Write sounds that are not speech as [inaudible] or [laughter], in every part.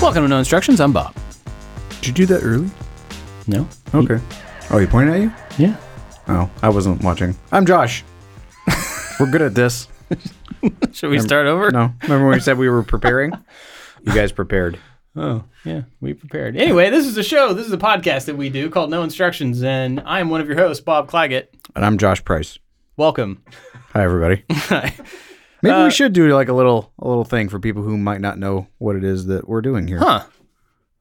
Welcome to No Instructions. I'm Bob. Did you do that early? No. Okay. Oh, you pointing at you? Yeah. Oh, I wasn't watching. I'm Josh. [laughs] we're good at this. Should we start over? No, remember when we said we were preparing? You guys prepared. Oh, yeah. We prepared. Anyway, this is a show. This is a podcast that we do called No Instructions, and I'm one of your hosts, Bob Claggett. And I'm Josh Price. Welcome. Hi, everybody. Maybe we should do like a little a little thing for people who might not know what it is that we're doing here. Huh.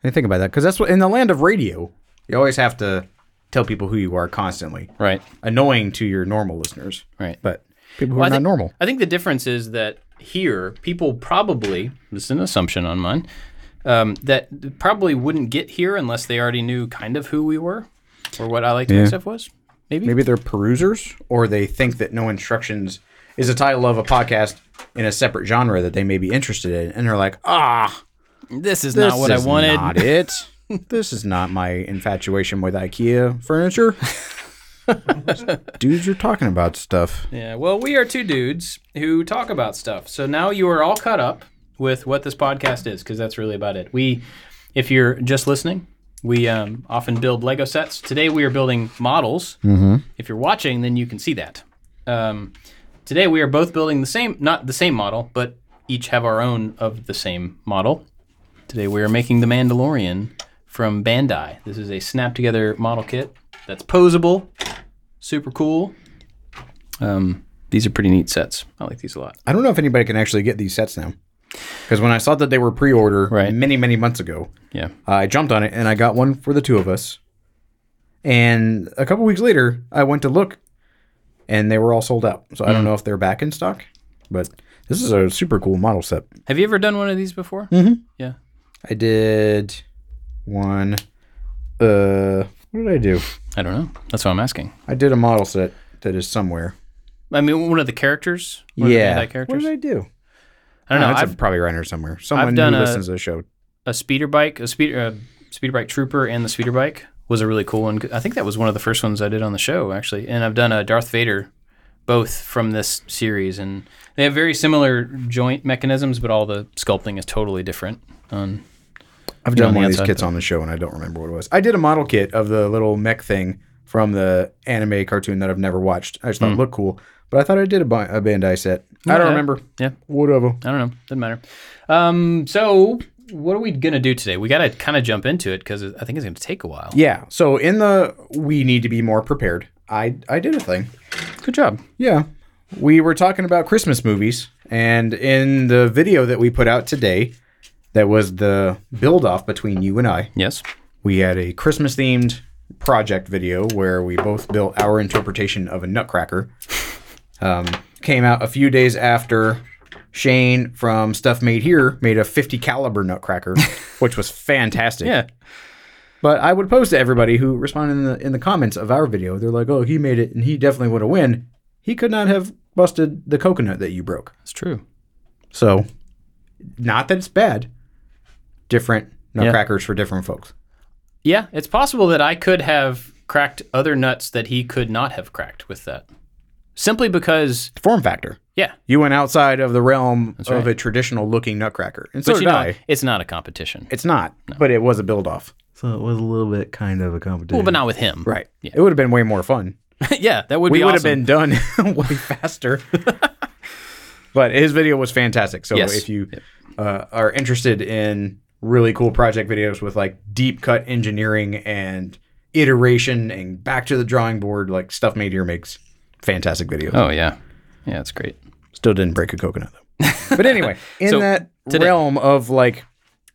Hey, think about that, because that's what in the land of radio, you always have to tell people who you are constantly. Right. Annoying to your normal listeners, Right. but people who Well, are I not think- normal. I think the difference is that here, people probably, this is an assumption on mine, um, that probably wouldn't get here unless they already knew kind of who we were or what I like to make stuff was. Maybe. Maybe they're perusers, or they think that no instructions is a title of a podcast in a separate genre that they may be interested in, and they're like, ah, This is this not what is I wanted. Not it. [laughs] this is not my infatuation with IKEA [laughs] furniture. Dudes, you're talking about stuff. Yeah, well, we are two dudes who talk about stuff. So now you are all caught up with what this podcast is, because that's really about it. We, if you're just listening, we um, often build Lego sets. Today we are building models. Mm-hmm. If you're watching, then you can see that. Um, today we are both building the same, not the same model, but each have our own of the same model. Today we are making the Mandalorian from Bandai. This is a snap together model kit that's posable, super cool. Um, these are pretty neat sets. I like these a lot. I don't know if anybody can actually get these sets now, because when I saw that they were pre-order Right. many, many months ago, Yeah. I jumped on it and I got one for the two of us. And a couple weeks later, I went to look and they were all sold out. So I Hmm. don't know if they're back in stock, but this is a super cool model set. Have you ever done one of these before? Mm-hmm. Yeah. I did one. Uh, what did I do? I don't know. That's what I'm asking. I did a model set that is somewhere. I mean, one of the characters. One yeah. Oh, Of the Bandai What characters. did I do? I, don't No, know. it's I've, a probably runner somewhere. Someone done who a- listens to the show. a speeder bike, a speed, uh, speeder bike trooper, and the speeder bike was a really cool one. I think that was one of the first ones I did on the show actually. And I've done a Darth Vader, both from this series, and they have very similar joint mechanisms, but all the sculpting is totally different. On I've know, on done the one of these outside, kits on the show, and I don't remember what it was. I did a model kit of the little mech thing from the anime cartoon that I've never watched. I just thought it looked cool, but I thought I did a, Ba- a Bandai set. I Yeah. don't remember. yeah. Whatever. I don't know. Doesn't matter. Um, so what are we gonna do today? We gotta kind of jump into it because I think it's gonna take a while. Yeah. So in the we need to be more prepared. I I did a thing. Good job. Yeah. We were talking about Christmas movies, and in the video that we put out today, that was the build off between you and I. Yes. we had a Christmas themed project video where we both built our interpretation of a nutcracker. Um, came out a few days after Shane from Stuff Made Here made a 50 caliber nutcracker, which was fantastic. Yeah. But I would pose to everybody who responded in the in the comments of our video, they're like, "Oh, he made it, and he definitely would have win. He could not have busted the coconut that you broke." That's true. So, not that it's bad. Different nutcrackers for different folks. Yeah, it's possible that I could have cracked other nuts that he could not have cracked with that. Simply because Form factor. yeah. You went outside of the realm of right. a traditional looking nutcracker. And so But did you know, I. it's not a competition. It's not, but it was a build off. So it was a little bit kind of a competition. Well, but not with him. Right. It would have been way more fun. [laughs] yeah, that would We be would awesome. have been done [laughs] way [laughs] faster. but his video was fantastic. So Yes. if you uh, are interested in really cool project videos with like deep cut engineering and iteration and back to the drawing board, like Stuff Made Here makes fantastic videos. Oh yeah. Yeah, it's great. Still didn't break a coconut though. [laughs] But anyway, in So, that today- realm of like,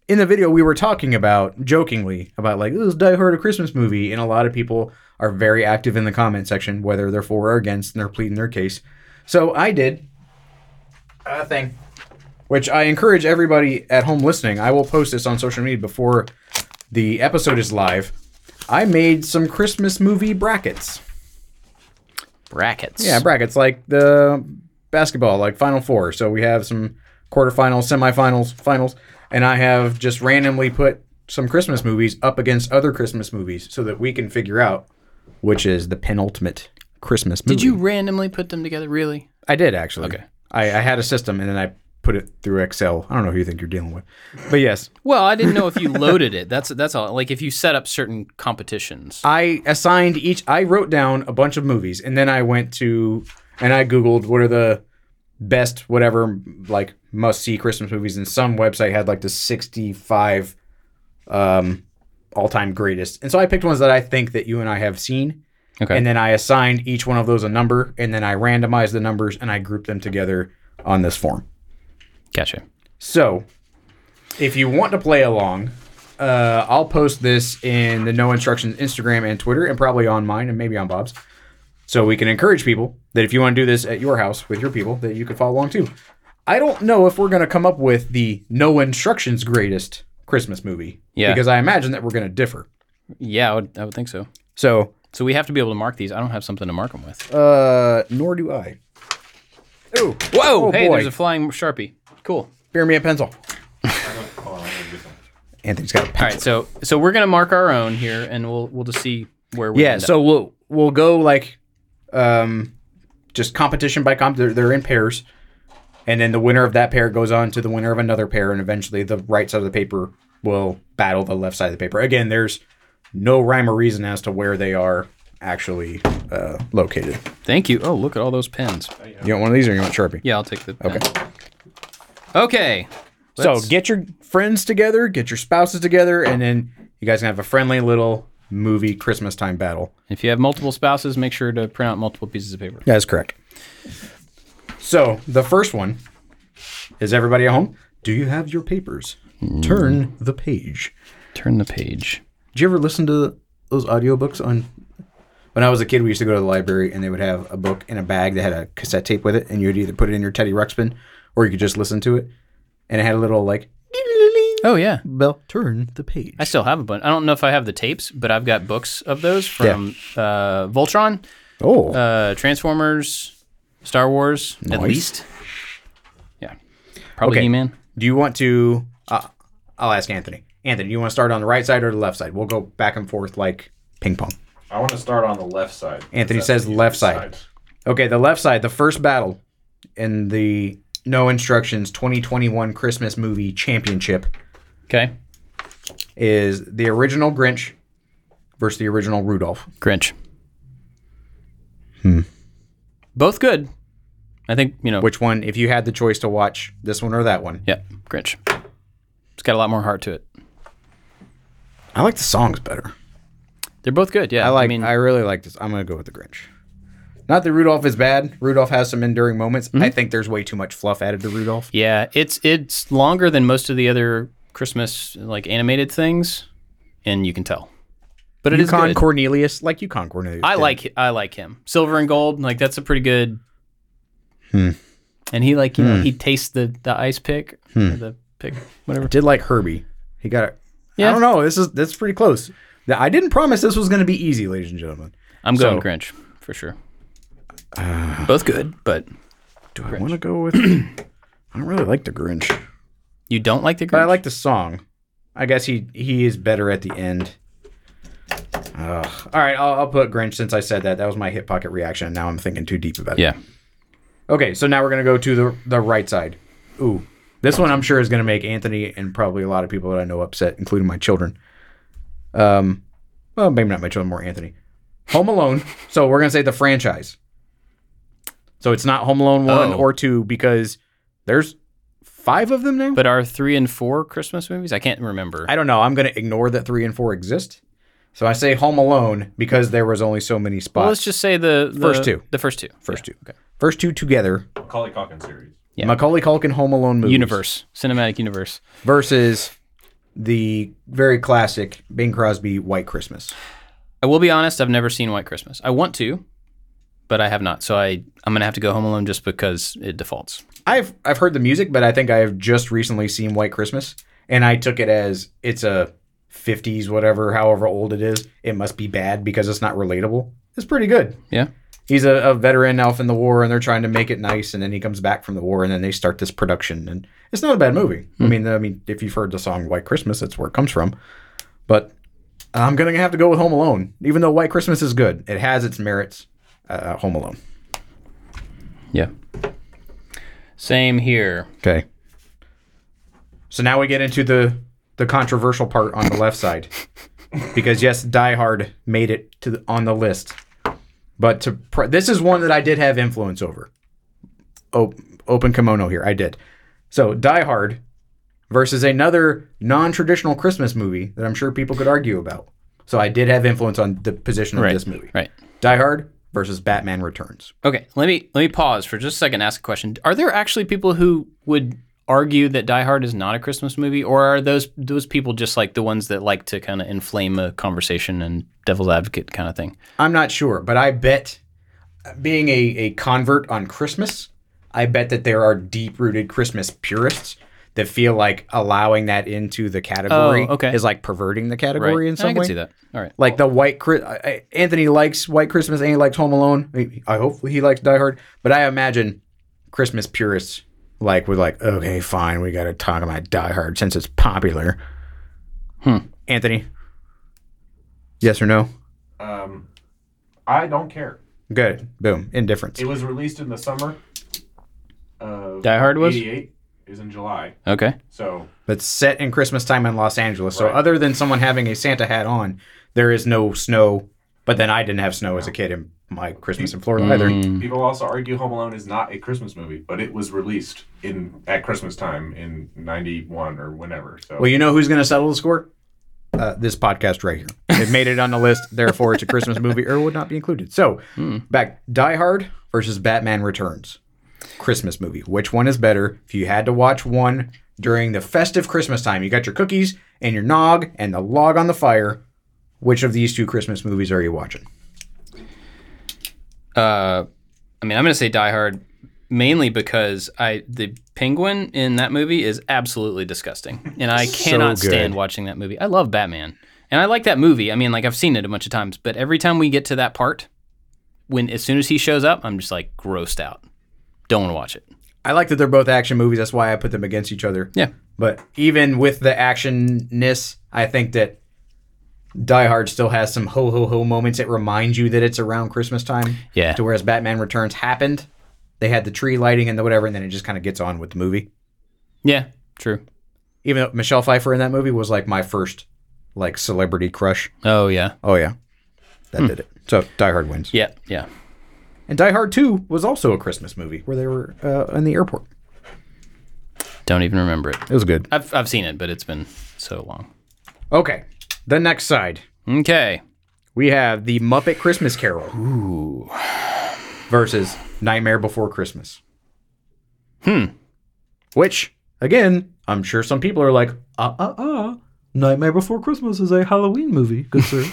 in the video we were talking about jokingly about like this is Die Hard a Christmas movie, and a lot of people are very active in the comment section, whether they're for or against, and they're pleading their case. So I did a thing, which I encourage everybody at home listening. I will post this on social media before the episode is live. I made some Christmas movie brackets. Brackets. Yeah, brackets like the basketball, like Final Four. So we have some quarterfinals, semifinals, finals, and I have just randomly put some Christmas movies up against other Christmas movies so that we can figure out which is the penultimate Christmas movie. Did you randomly put them together? Really? I did actually. Okay. I, I had a system, and then I put it through Excel. I don't know who you think you're dealing with, but yes, Well, I didn't know if you [laughs] loaded it. That's that's all. Like if you set up certain competitions. I assigned each. I wrote down a bunch of movies, and then I went to and I googled what are the best whatever like must see Christmas movies, and some website had like the sixty five um, all time greatest, and so I picked ones that I think that you and I have seen, Okay. and then I assigned each one of those a number, and then I randomized the numbers and I grouped them together on this form. Gotcha. So, if you want to play along, uh, I'll post this in the No Instructions Instagram and Twitter, and probably on mine and maybe on Bob's. So we can encourage people that if you want to do this at your house with your people, that you can follow along too. I don't know if we're going to come up with the No Instructions greatest Christmas movie, Yeah. because I imagine that we're going to differ. Yeah, I would, I would think so. So, So we have to be able to mark these. I don't have something to mark them with. uh, nor do I. Ooh, Whoa! Oh, hey, boy. there's a flying sharpie. Cool. Bear me a pencil. Anthony's got a pencil. All right, so so we're gonna mark our own here, and we'll we'll just see where we Yeah, end up. so we'll we'll go like um just competition by comp they're, they're in pairs. And then the winner of that pair goes on to the winner of another pair and eventually the right side of the paper will battle the left side of the paper. Again, there's no rhyme or reason as to where they are actually uh, located. Thank you. Oh, look at all those pens. You want one of these or you want Sharpie? Yeah, I'll take the. Pen. Okay. Okay. So Let's- get your friends together, get your spouses together, and then you guys can have a friendly little movie Christmas time battle. If you have multiple spouses, make sure to print out multiple pieces of paper. That is correct. So the first one is everybody at home. Do you have your papers? Turn the page. Turn the page. Did you ever listen to those audiobooks on? When I was a kid, we used to go to the library and they would have a book in a bag that had a cassette tape with it, and you would either put it in your Teddy Ruxpin or you could just listen to it. And it had a little like Oh yeah, bell. Turn the page. I still have a bunch. I don't know if I have the tapes, but I've got books of those from uh, Voltron, Oh, uh, Transformers, Star Wars, at Nice. least. Yeah, probably Okay. He-Man. do you want to? Uh, I'll ask Anthony. Anthony, do you want to start on the right side or the left side? We'll go back and forth like ping pong. I want to start on the left side. Anthony That's says the left easiest side. Okay, the left side, the first battle in the No Instructions 2021 Christmas Movie Championship Okay, is the original Grinch versus the original Rudolph. Grinch. Hmm. Both good. I think you know. Which one, if you had the choice to watch this one or that one? Yeah, Grinch. It's got a lot more heart to it. I like the songs better. They're both good. Yeah, I like. I, mean, really like this. I'm gonna go with the Grinch. Not that Rudolph is bad. Rudolph has some enduring moments. I think there's way too much fluff added to Rudolph. yeah, it's it's longer than most of the other Christmas like animated things, and you can tell. But it is Yukon good. Cornelius, like Yukon Cornelius. I did. like I like him. Silver and gold, like that's a pretty good. Hmm. And he like you know he tastes the the ice pick, Hmm. or the pick whatever. did like Herbie. He got it. Yeah. I don't know. This is that's pretty close. Now, I didn't promise this was going to be easy, ladies and gentlemen. I'm going So- Grinch for sure. Uh. Both good, but Do I want to go with? I don't really like the Grinch, you don't like the but I Grinch. like the song. I guess he he is better at the end. Ugh. All right, I'll, I'll put Grinch since I said that. That was my hip pocket reaction. and Now I'm thinking too deep about it. yeah, Okay, so now we're gonna go to the the right side. Ooh, this one I'm sure is gonna make Anthony and probably a lot of people that I know upset, including my children. Um, well, maybe not my children, more Anthony. Home Alone. [laughs] so we're gonna say the franchise. So it's not Home Alone one Oh. or two because there's five of them now. but are three and four Christmas movies? I can't remember. I don't know. I'm gonna ignore that three and four exist. So I say Home Alone because there was only so many well, let's spots. just say the, the First two. the first two, First Yeah, two. First two together. side. Macaulay Culkin series. Yeah. Macaulay Culkin Home Alone movies. universe, cinematic universe. versus the very classic Bing Crosby White Christmas. I will be honest, I've never seen White Christmas. I want to, but I have not. So I I'm gonna have to go Home Alone just because it defaults. I've I've heard the music, but I think I have just recently seen White Christmas, and I took it as it's a 50s whatever, however old it is. It must be bad because it's not relatable. It's pretty good. Yeah. He's a, a veteran elf in the war, and they're trying to make it nice, and then he comes back from the war, and then they start this production, and it's not a bad movie. I mean, I mean, if you've heard the song White Christmas, that's where it comes from. But I'm gonna have to go with Home Alone, even though White Christmas is good. It has its merits. Uh, Home Alone. Yeah. Same here. Okay. So now we get into the the controversial part on the left side, because yes, Die Hard made it to the, on the list, but to pr- this is one that I did have influence over. Op- open kimono here, I did. So Die Hard versus another non-traditional Christmas movie that I'm sure people could argue about. So I did have influence on the position of Right, this movie. right. Die Hard versus Batman Returns. Okay, let me let me pause for just a second. and Ask a question: Are there actually people who would argue that Die Hard is not a Christmas movie, or are those those people just like the ones that like to kind of inflame a conversation and devil's advocate kind of thing? I'm not sure, but I bet being a, a convert on Christmas, I bet that there are deep rooted Christmas purists that feel like allowing that into the category Oh, okay. is like perverting the Right? category in some I can way. see that. All right. Like the white Chri- I- I- Anthony likes White Christmas and he likes Home Alone. I- I hopefully he likes Die Hard, but I imagine Christmas purists like would like okay, fine, we got to talk about Die Hard since it's popular. Hmm. Anthony, yes or no? Um, I don't care. Good. Boom. Indifference. It was released in the summer. Of Die Hard was? 88 is in July, Okay. so but set in Christmas time in Los Angeles. So Right. other than someone having a Santa hat on, there is no snow. But then I didn't have snow as a kid in my Christmas in Florida either. Mm, people also argue Home Alone is not a Christmas movie, but it was released in at Christmas time in '91 or whenever. So Well, you know who's going to settle the score? Uh, this podcast right here. It made it on the list, therefore it's a Christmas movie or would not be included. So back Die Hard versus Batman Returns. Christmas movie. Which one is better? If you had to watch one during the festive Christmas time, you got your cookies and your nog and the log on the fire. Which of these two Christmas movies are you watching? uh, I mean, I'm gonna say Die Hard mainly because I the penguin in that movie is absolutely disgusting, and [laughs] I cannot good. stand watching that movie. I love Batman, and I like that movie. I mean, like I've seen it a bunch of times, but every time we get to that part, when as soon as he shows up, I'm just like grossed out. Don't want to watch it. I like that they're both action movies. That's why I put them against each other. Yeah. But even with the actionness, I think that Die Hard still has some ho ho ho moments. It reminds you that it's around Christmas time. Yeah. To whereas Batman Returns happened, they had the tree lighting and the whatever, and then it just kind of gets on with the movie. Yeah. True. Even though Michelle Pfeiffer in that movie was like my first like celebrity crush. Oh yeah. Oh yeah, that did it. So Die Hard wins. Yeah. Yeah. And Die Hard Two was also a Christmas movie where they were uh, in the airport. Don't even remember it. It was good. I've I've seen it, but it's been so long. Okay, the next side. Okay. We have the Muppet Christmas Carol versus Nightmare Before Christmas. Hmm. Which, again, I'm sure some people are like, uh-uh, Uh uh uh. Nightmare Before Christmas is a Halloween movie. Good sir.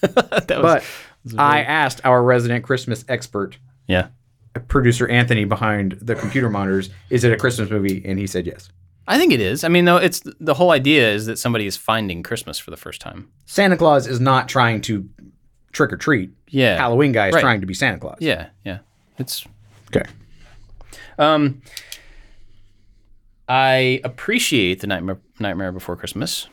that was but I asked our resident Christmas expert, yeah. producer Anthony behind the computer monitors, is it a Christmas movie? And he said yes. I think it is. I mean, though, it's the whole idea is that somebody is finding Christmas for the first time. Santa Claus is not trying to trick or treat. Yeah. Halloween guy is Right. trying to be Santa Claus. Yeah, yeah. It's Okay. um I appreciate the Nightmare Nightmare Before Christmas.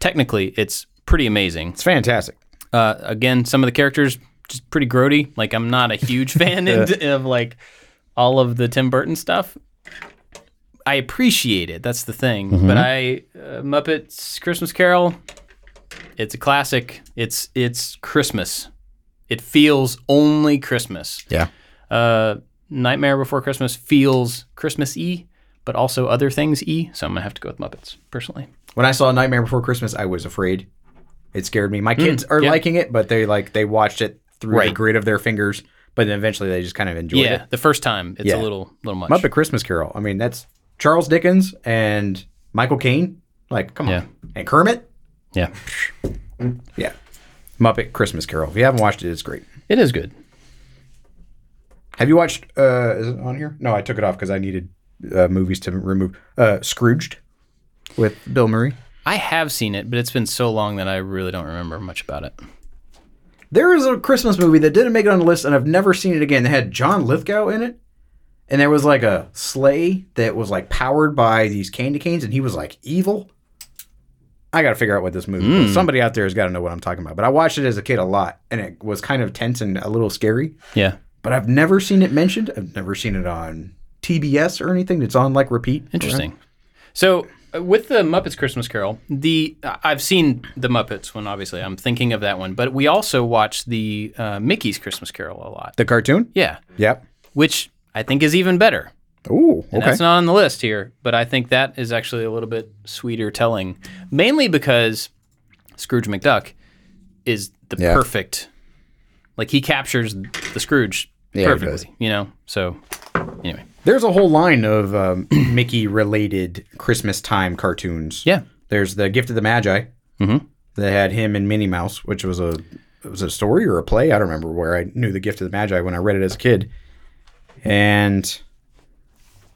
Technically, it's pretty amazing. It's fantastic. Uh again, some of the characters just pretty grody. Like I'm not a [laughs] huge fan in, of like all of the Tim Burton stuff. I appreciate it. That's the thing. Mm-hmm. But I uh, Muppets Christmas Carol it's a classic. It's it's Christmas. It feels only Christmas. Yeah. Uh, Nightmare Before Christmas feels Christmas y, but also other things e. So I'm gonna have to go with Muppets personally. When I saw Nightmare Before Christmas, I was afraid. It scared me. My kids are Hmm, yeah. liking it, but they like they watched it through the Right. grit of their fingers. But then eventually they just kind of enjoyed yeah, it. the first time it's Yeah. a little little much. Muppet Christmas Carol. I mean, that's Charles Dickens and Michael Caine. Like, come Yeah. on, and Kermit. Yeah, Yeah, Muppet Christmas Carol. If you haven't watched it, it's great. it is good. Have you watched? uh Is it on here? No, I took it off because I needed uh, movies to remove. Uh Scrooged with Bill Murray. I have seen it, but it's been so long that I really don't remember much about it. There is a Christmas movie that didn't make it on the list, and I've never seen it again. It had John Lithgow in it, and there was like a sleigh that was like powered by these candy canes, and he was like evil. I got to figure out what this movie Hmm. was. Somebody out there has got to know what I'm talking about. But I watched it as a kid a lot, and it was kind of tense and a little scary. Yeah, But I've never seen it mentioned. I've never seen it on TBS or anything. It's on like repeat. interesting. So uh, with the Muppets Christmas Carol, the I- I've seen the Muppets one. Obviously, I'm thinking of that one, but we also watch the uh, Mickey's Christmas Carol a lot. The cartoon? Yeah, Yep. which I think is even better. Ooh, And okay. That's not on the list here, but I think that is actually a little bit sweeter telling, mainly because Scrooge McDuck is the Yeah. perfect, like he captures the Scrooge Yeah, he perfectly, does. you know. So anyway, There's a whole line of um, [clears throat] Mickey related Christmas time cartoons. yeah, There's the Gift of the Magi. Mhm. That had him and Minnie Mouse, which was a it was a story or a play. I don't remember where. I knew the Gift of the Magi when I read it as a kid, and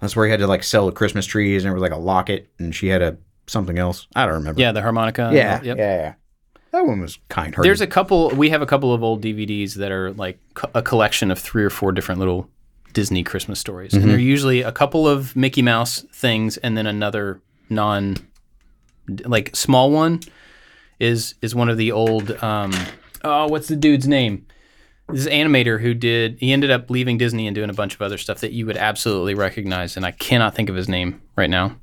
that's where he had to like sell the Christmas trees, and it was like a locket, and she had a something else. I don't remember. yeah, the harmonica. and yeah, all- yep. yeah, yeah. That one was kind hearted. There's a couple. We have a couple of old DVDs that are like co- a collection of three or four different little Disney Christmas stories, Mm-hmm. and they're usually a couple of Mickey Mouse things, and then another non, like small one, is is one of the old. Um, oh, what's the dude's name? This is animator who did. He ended up leaving Disney and doing a bunch of other stuff that you would absolutely recognize, and I cannot think of his name right now.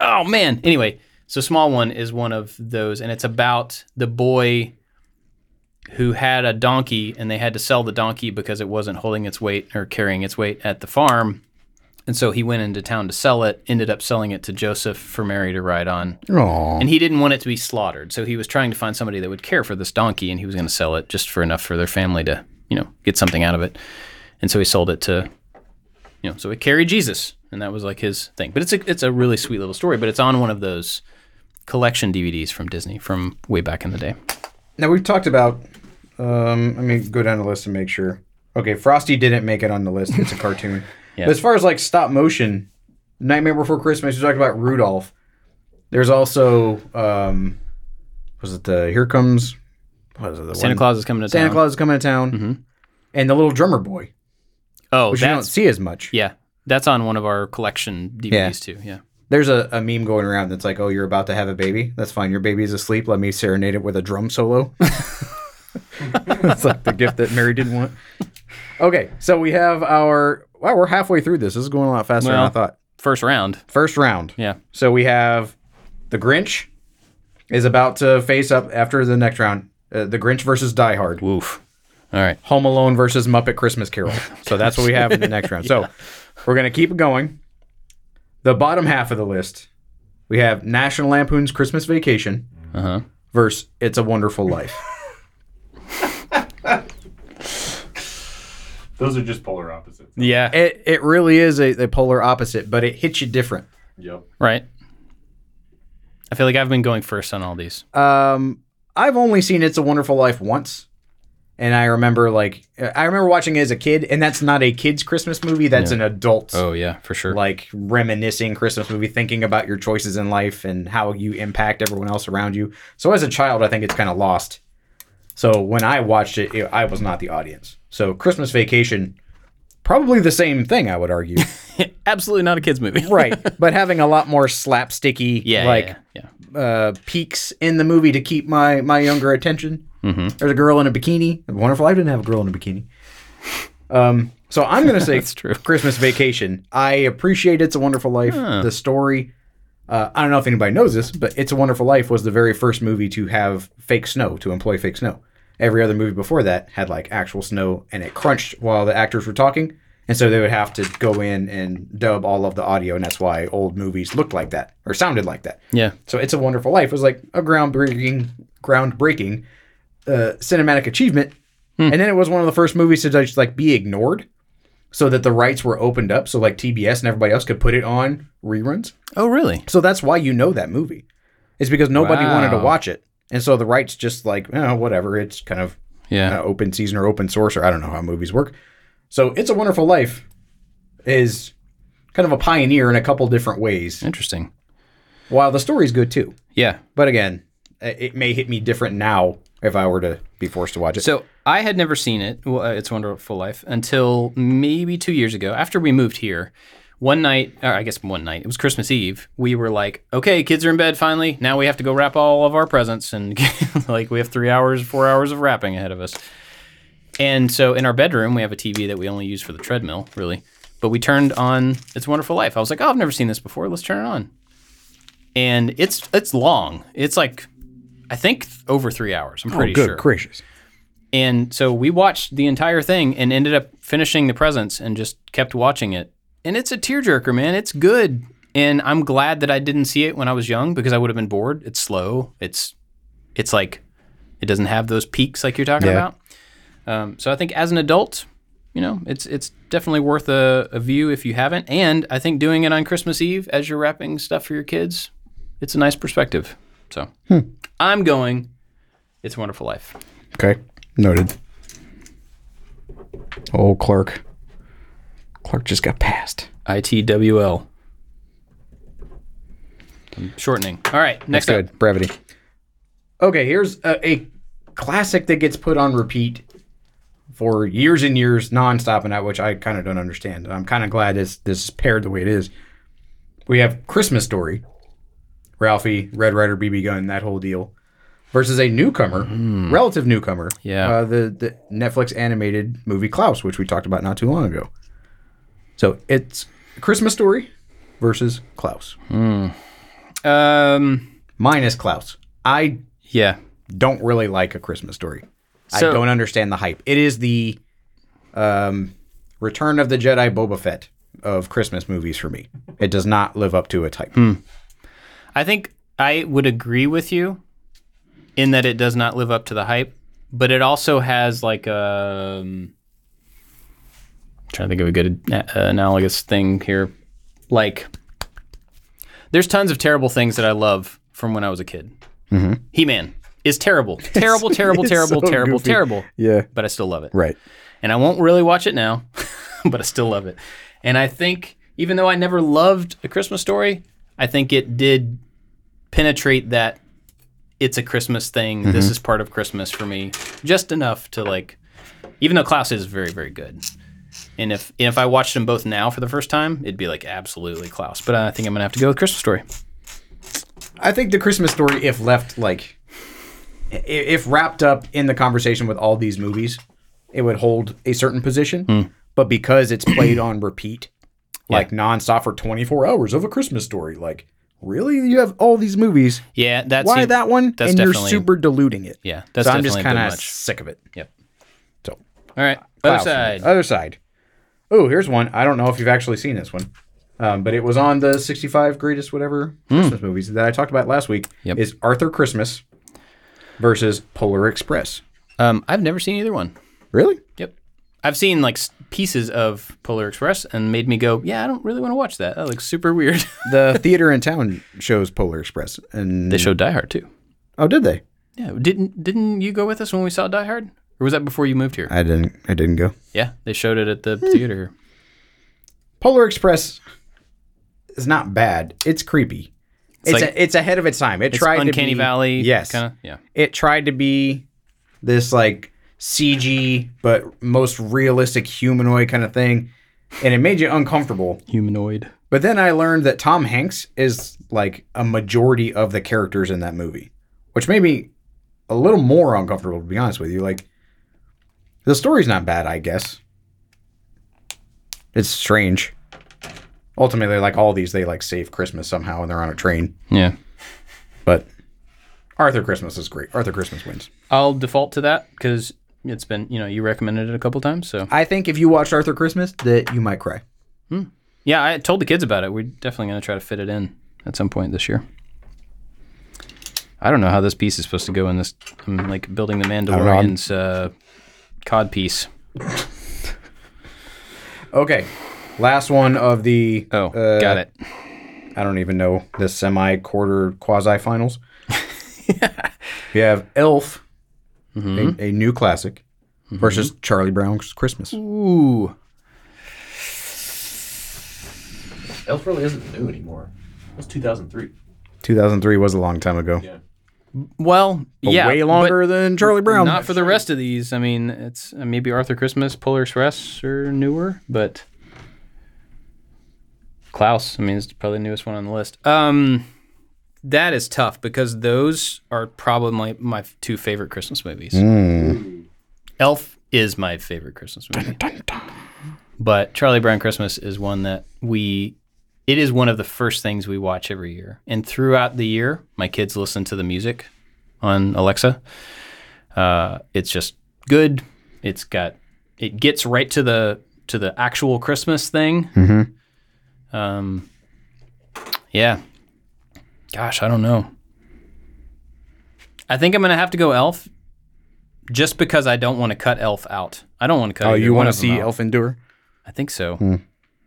Oh man. Anyway, so small one is one of those, and it's about the boy who had a donkey, and they had to sell the donkey because it wasn't holding its weight or carrying its weight at the farm. And so he went into town to sell it, ended up selling it to Joseph for Mary to ride on. Aw. And he didn't want it to be slaughtered. So he was trying to find somebody that would care for this donkey and he was going to sell it just for enough for their family to, you know, get something out of it. And so he sold it to, you know, so it carried Jesus. And that was like his thing. But it's a, it's a really sweet little story, but it's on one of those collection DVDs from Disney from way back in the day. Now we've talked about. Um, let me go down the list and make sure. Okay, Frosty didn't make it on the [laughs] list. It's a cartoon. Yeah. But as far as like stop motion, Nightmare Before Christmas. We talked about Rudolph. There's also um, was it the Here Comes? What is it? The Santa one- Claus is coming to Santa town. Claus is coming to town. And the little drummer boy, Oh, which you don't that's, see as much. yeah. That's on one of our collection DVDs Yeah. too. Yeah. There's a, a meme going around that's like, "Oh, you're about to have a baby. That's fine. Your baby's asleep. Let me serenade it with a drum solo." That's like the gift that Mary didn't want. Okay, so we have our. Wow, we're halfway through this. This is going a lot faster than I Well- thought. First round. First round. Yeah. So we have the Grinch is about to face up after the next round. Uh, the Grinch versus Die Hard. Woof. All right. Home Alone versus Muppet Christmas [laughs] Carol. So that's what we have in the next round. [laughs] So we're going to keep it going. The bottom half of the list, we have National Lampoon's Christmas Vacation Uh huh. versus It's a Wonderful Life. Those are just polar opposites. Yeah. [laughs] It, it really is a, a polar opposite, but it hits you different. Yep. Right. I feel like I've been going first on all these. Um, I've only seen It's a Wonderful Life once. And I remember like I remember watching it as a kid, and that's not a kid's Christmas movie. That's an adult Oh yeah, for sure. like reminiscing Christmas movie, thinking about your choices in life and how you impact everyone else around you. So as a child, I think it's kind of lost. So when I watched it, it, I was not the audience. So Christmas Vacation, probably the same thing, I [laughs] would argue. Absolutely not a kids movie. right, but having a lot more slapsticky, Yeah. like yeah, yeah. uh, peaks in the movie to keep my my younger attention. Mm-hmm. There's a girl in a bikini. Wonderful. I didn't have a girl in a bikini. Um, so I'm gonna [laughs] say That's true. Christmas Vacation. I appreciate It's a Wonderful Life. The story. Uh, I don't know if anybody knows this, but It's a Wonderful Life was the very first movie to have fake snow to employ fake snow. Every other movie before that had like actual snow, and it crunched while the actors were talking, and so they would have to go in and dub all of the audio, and that's why old movies looked like that or sounded like that. Yeah. So It's a Wonderful Life was like a groundbreaking, groundbreaking uh, cinematic achievement. And then it was one of the first movies to just like be ignored, so that the rights were opened up, so like TBS and everybody else could put it on reruns. Oh really? So that's why you know that movie, is because nobody Wow. wanted to watch it, and so the rights just like oh, whatever. It's kind of Yeah. uh, open season or open source, or I don't know how movies work. So It's a Wonderful Life is kind of a pioneer in a couple different ways. Interesting. While the story's good too. Yeah. But again, i- it may hit me different now if I were to be forced to watch it. So I had never seen it. well, uh, It's a Wonderful Life until maybe two years ago. After we moved here, one night, or I guess one night, it was Christmas Eve. We were like, "Okay, kids are in bed finally. Now we have to go wrap all of our presents, and [laughs] like we have three hours, four hours of wrapping ahead of us." And so in our bedroom, we have a TV that we only use for the treadmill, really. But we turned on It's a Wonderful Life. I was like, oh, I've never seen this before. Let's turn it on. And it's it's long. It's like I think th- over three hours. I'm pretty Oh, good sure. gracious. And so we watched the entire thing and ended up finishing the presents and just kept watching it. And it's a tearjerker, man. It's good. And I'm glad that I didn't see it when I was young because I would have been bored. It's slow. It's it's like it doesn't have those peaks like you're talking Yeah. about. Um, so I think as an adult, you know, it's it's definitely worth a, a view if you haven't. And I think doing it on Christmas Eve as you're wrapping stuff for your kids, it's a nice perspective. So I'm going. It's a wonderful life. Okay, noted. Oh, Clark. Clark just got passed. ITWL. I'm shortening. All right, next up. That's good. Brevity. Okay, here's a, a classic that gets put on repeat for years and years nonstop, and that which I kind of don't understand. I'm kind of glad this this is paired the way it is. We have Christmas Story, Ralphie, Red Rider, BB Gun, that whole deal, versus a newcomer, relative newcomer. Yeah. uh, the the Netflix animated movie Klaus, which we talked about not too long ago. So it's Christmas Story versus Klaus Um, minus Klaus. I yeah. don't really like a Christmas story. So- I don't understand the hype. It is the um, Return of the Jedi Boba Fett of Christmas movies for me. It does not live up to its hype. I think I would agree with you in that it does not live up to the hype, but it also has like a. Um, trying to think of a good a- analogous thing here. Like, there's tons of terrible things that I love from when I was a kid. He Man is [laughs] terrible. Terrible, terrible, Mm-hmm. it's terrible, so terrible, goofy. terrible. Yeah. But I still love it. Right. and I won't really watch it now, [laughs] but I still love it. And I think, even though I never loved A Christmas Story, I think it did penetrate that it's a Christmas thing. This Mm-hmm. is part of Christmas for me, just enough to like. Even though Klaus is very, very good, and if and if I watched them both now for the first time, it'd be like absolutely Klaus. But I think I'm gonna have to go with Christmas Story. I think the Christmas story, if left like, i- if wrapped up in the conversation with all these movies, it would hold a certain position. But because it's played on repeat, [clears throat] like nonstop for 24 hours of a Christmas story, like, really? You have all these movies. Yeah, that's Why that one? That's and you're definitely- super diluting it. Yeah, that's so I'm just definitely been kind of much. sick of it. Yep. So All right, Klaus, other side. Other side. Oh, here's one. I don't know if you've actually seen this one, um, but it was on the 65 greatest whatever Christmas movies that I talked about last week. Hmm. Yep. Is Arthur Christmas versus Polar Express? Um, I've never seen either one. Really? Yep. I've seen like s- pieces of Polar Express and made me go, yeah, I don't really want to watch that. That looks super weird. [laughs] The [laughs] theater in town shows Polar Express, and they showed Die Hard too. oh, did they? Yeah, didn't didn't you go with us when we saw Die Hard? Or was that before you moved here? I didn't. I didn't go. yeah, they showed it at the theater. Polar Express is not bad. It's creepy. It's, like- a, it's ahead of its time. It It's tried Uncanny to be, Valley. Yes. Kinda, yeah. it tried to be this like CG but most realistic humanoid kind of thing, and it made you uncomfortable. Humanoid. But then I learned that Tom Hanks is like a majority of the characters in that movie, which made me a little more uncomfortable to be honest with you. Like the story's not bad, I guess. It's strange. Ultimately, like all these, they like save Christmas somehow, and they're on a train. Yeah. But Arthur Christmas is great. Arthur Christmas wins. I'll default to that because it's been you know you recommended it a couple times. So I think if you watched Arthur Christmas, that you might cry. yeah, I told the kids about it. We're definitely gonna try to fit it in at some point this year. I don't know how this piece is supposed to go in this. I'm like building the Mandalorian's uh, cod piece. Okay, last one of the. Oh, uh, got it. I don't even know the semi quarter quasi [laughs] finals. We have Elf, Mm-hmm. a, a new classic, versus Charlie Brown's Christmas. Ooh. Elf really isn't new anymore. It was 2003. 2003 was a long time ago. Yeah. Well, But yeah, way but longer than Charlie Brown. Not for the rest of these. I mean, it's uh, maybe Arthur Christmas, Polar Express or newer, but Klaus. I mean, it's probably the newest one on the list. Um, that is tough because those are probably my, my two favorite Christmas movies. Elf is my favorite Christmas movie. but Charlie Brown Christmas is one that we it is one of the first things we watch every year. And throughout the year, my kids listen to the music on Alexa. Uh, it's just good. It's got it gets right to the to the actual Christmas thing. Mm-hmm. Um, yeah. Gosh, I don't know. I think I'm gonna have to go Elf, just because I don't want to cut Elf out. I don't want to cut. Oh, either you one want of to them see Hmm. out. Elf endure? I think so.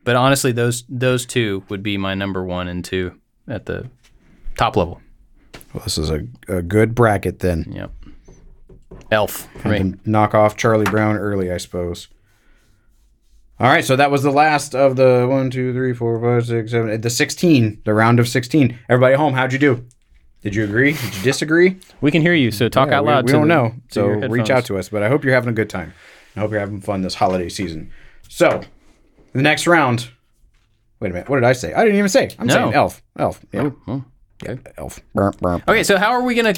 But honestly, those those two would be my number one and two at the top level. Well, this is a, a good bracket then. Yep. Elf for me. And knock off Charlie Brown early, I suppose. All right, so that was the last of the one, two, three, four, five, six, seven, the sixteen, the round of sixteen. Everybody at home, how'd you do? Did you agree? Did you disagree? We can hear you, so [laughs] talk Yeah, out we- loud. We, to don't the- know. to So your reach headphones. out to us. But I hope you're having a good time. I hope you're having fun this holiday season. So the next round. Wait a minute. What did I say? I didn't even say. I'm No. saying elf. Elf. Yeah. oh. Yeah, Elf. Burp, burp. Okay, so how are we gonna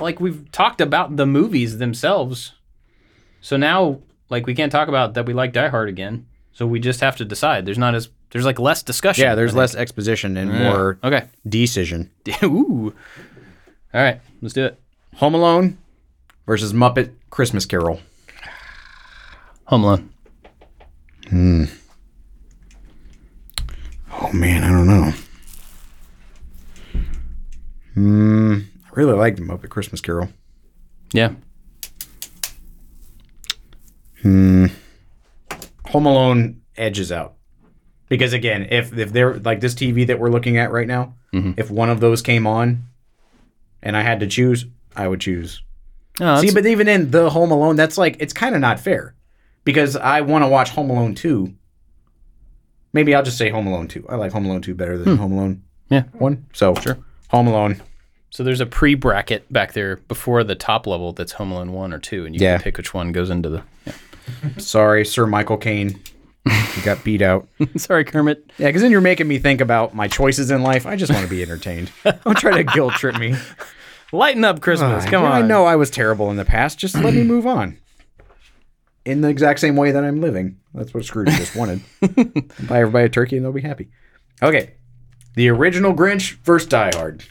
like we've talked about the movies themselves. So now like we can't talk about that we like Die Hard again. So we just have to decide. There's not as there's like less discussion. Yeah, there's I less exposition and think. more Okay. decision. [laughs] Ooh. All right, let's do it. Home Alone versus Muppet Christmas Carol. Home Alone. Oh man, I don't know. Hmm. I really like the Muppet Christmas Carol. Yeah. Home Alone edges out. Because again, if if they're like this TV that we're looking at right now, if one of those came on and I had to choose, I would choose. No, Oh, that's- See, but even in the Home Alone, that's like it's kind of not fair. Because I want to watch Home Alone 2. Maybe I'll just say Home Alone 2. I like Home Alone 2 better than Home Alone Yeah. 1. So, Hmm. sure. Home Alone. So there's a pre bracket back there before the top level that's Home Alone one or two, and you Yeah. can pick which one goes into the. Sorry, Sir Michael Caine. You got beat [laughs] out. [laughs] Sorry, Kermit. Yeah, because then you're making me think about my choices in life. I just want to be entertained. [laughs] Don't try to guilt trip me. Lighten up, Christmas. Come Yeah, on. I know I was terrible in the past. Just [clears throat] let me move on. In the exact same way that I'm living. That's what Scrooge [laughs] just wanted. Buy everybody a turkey and they'll be happy. Okay. The original Grinch versus Die Hard.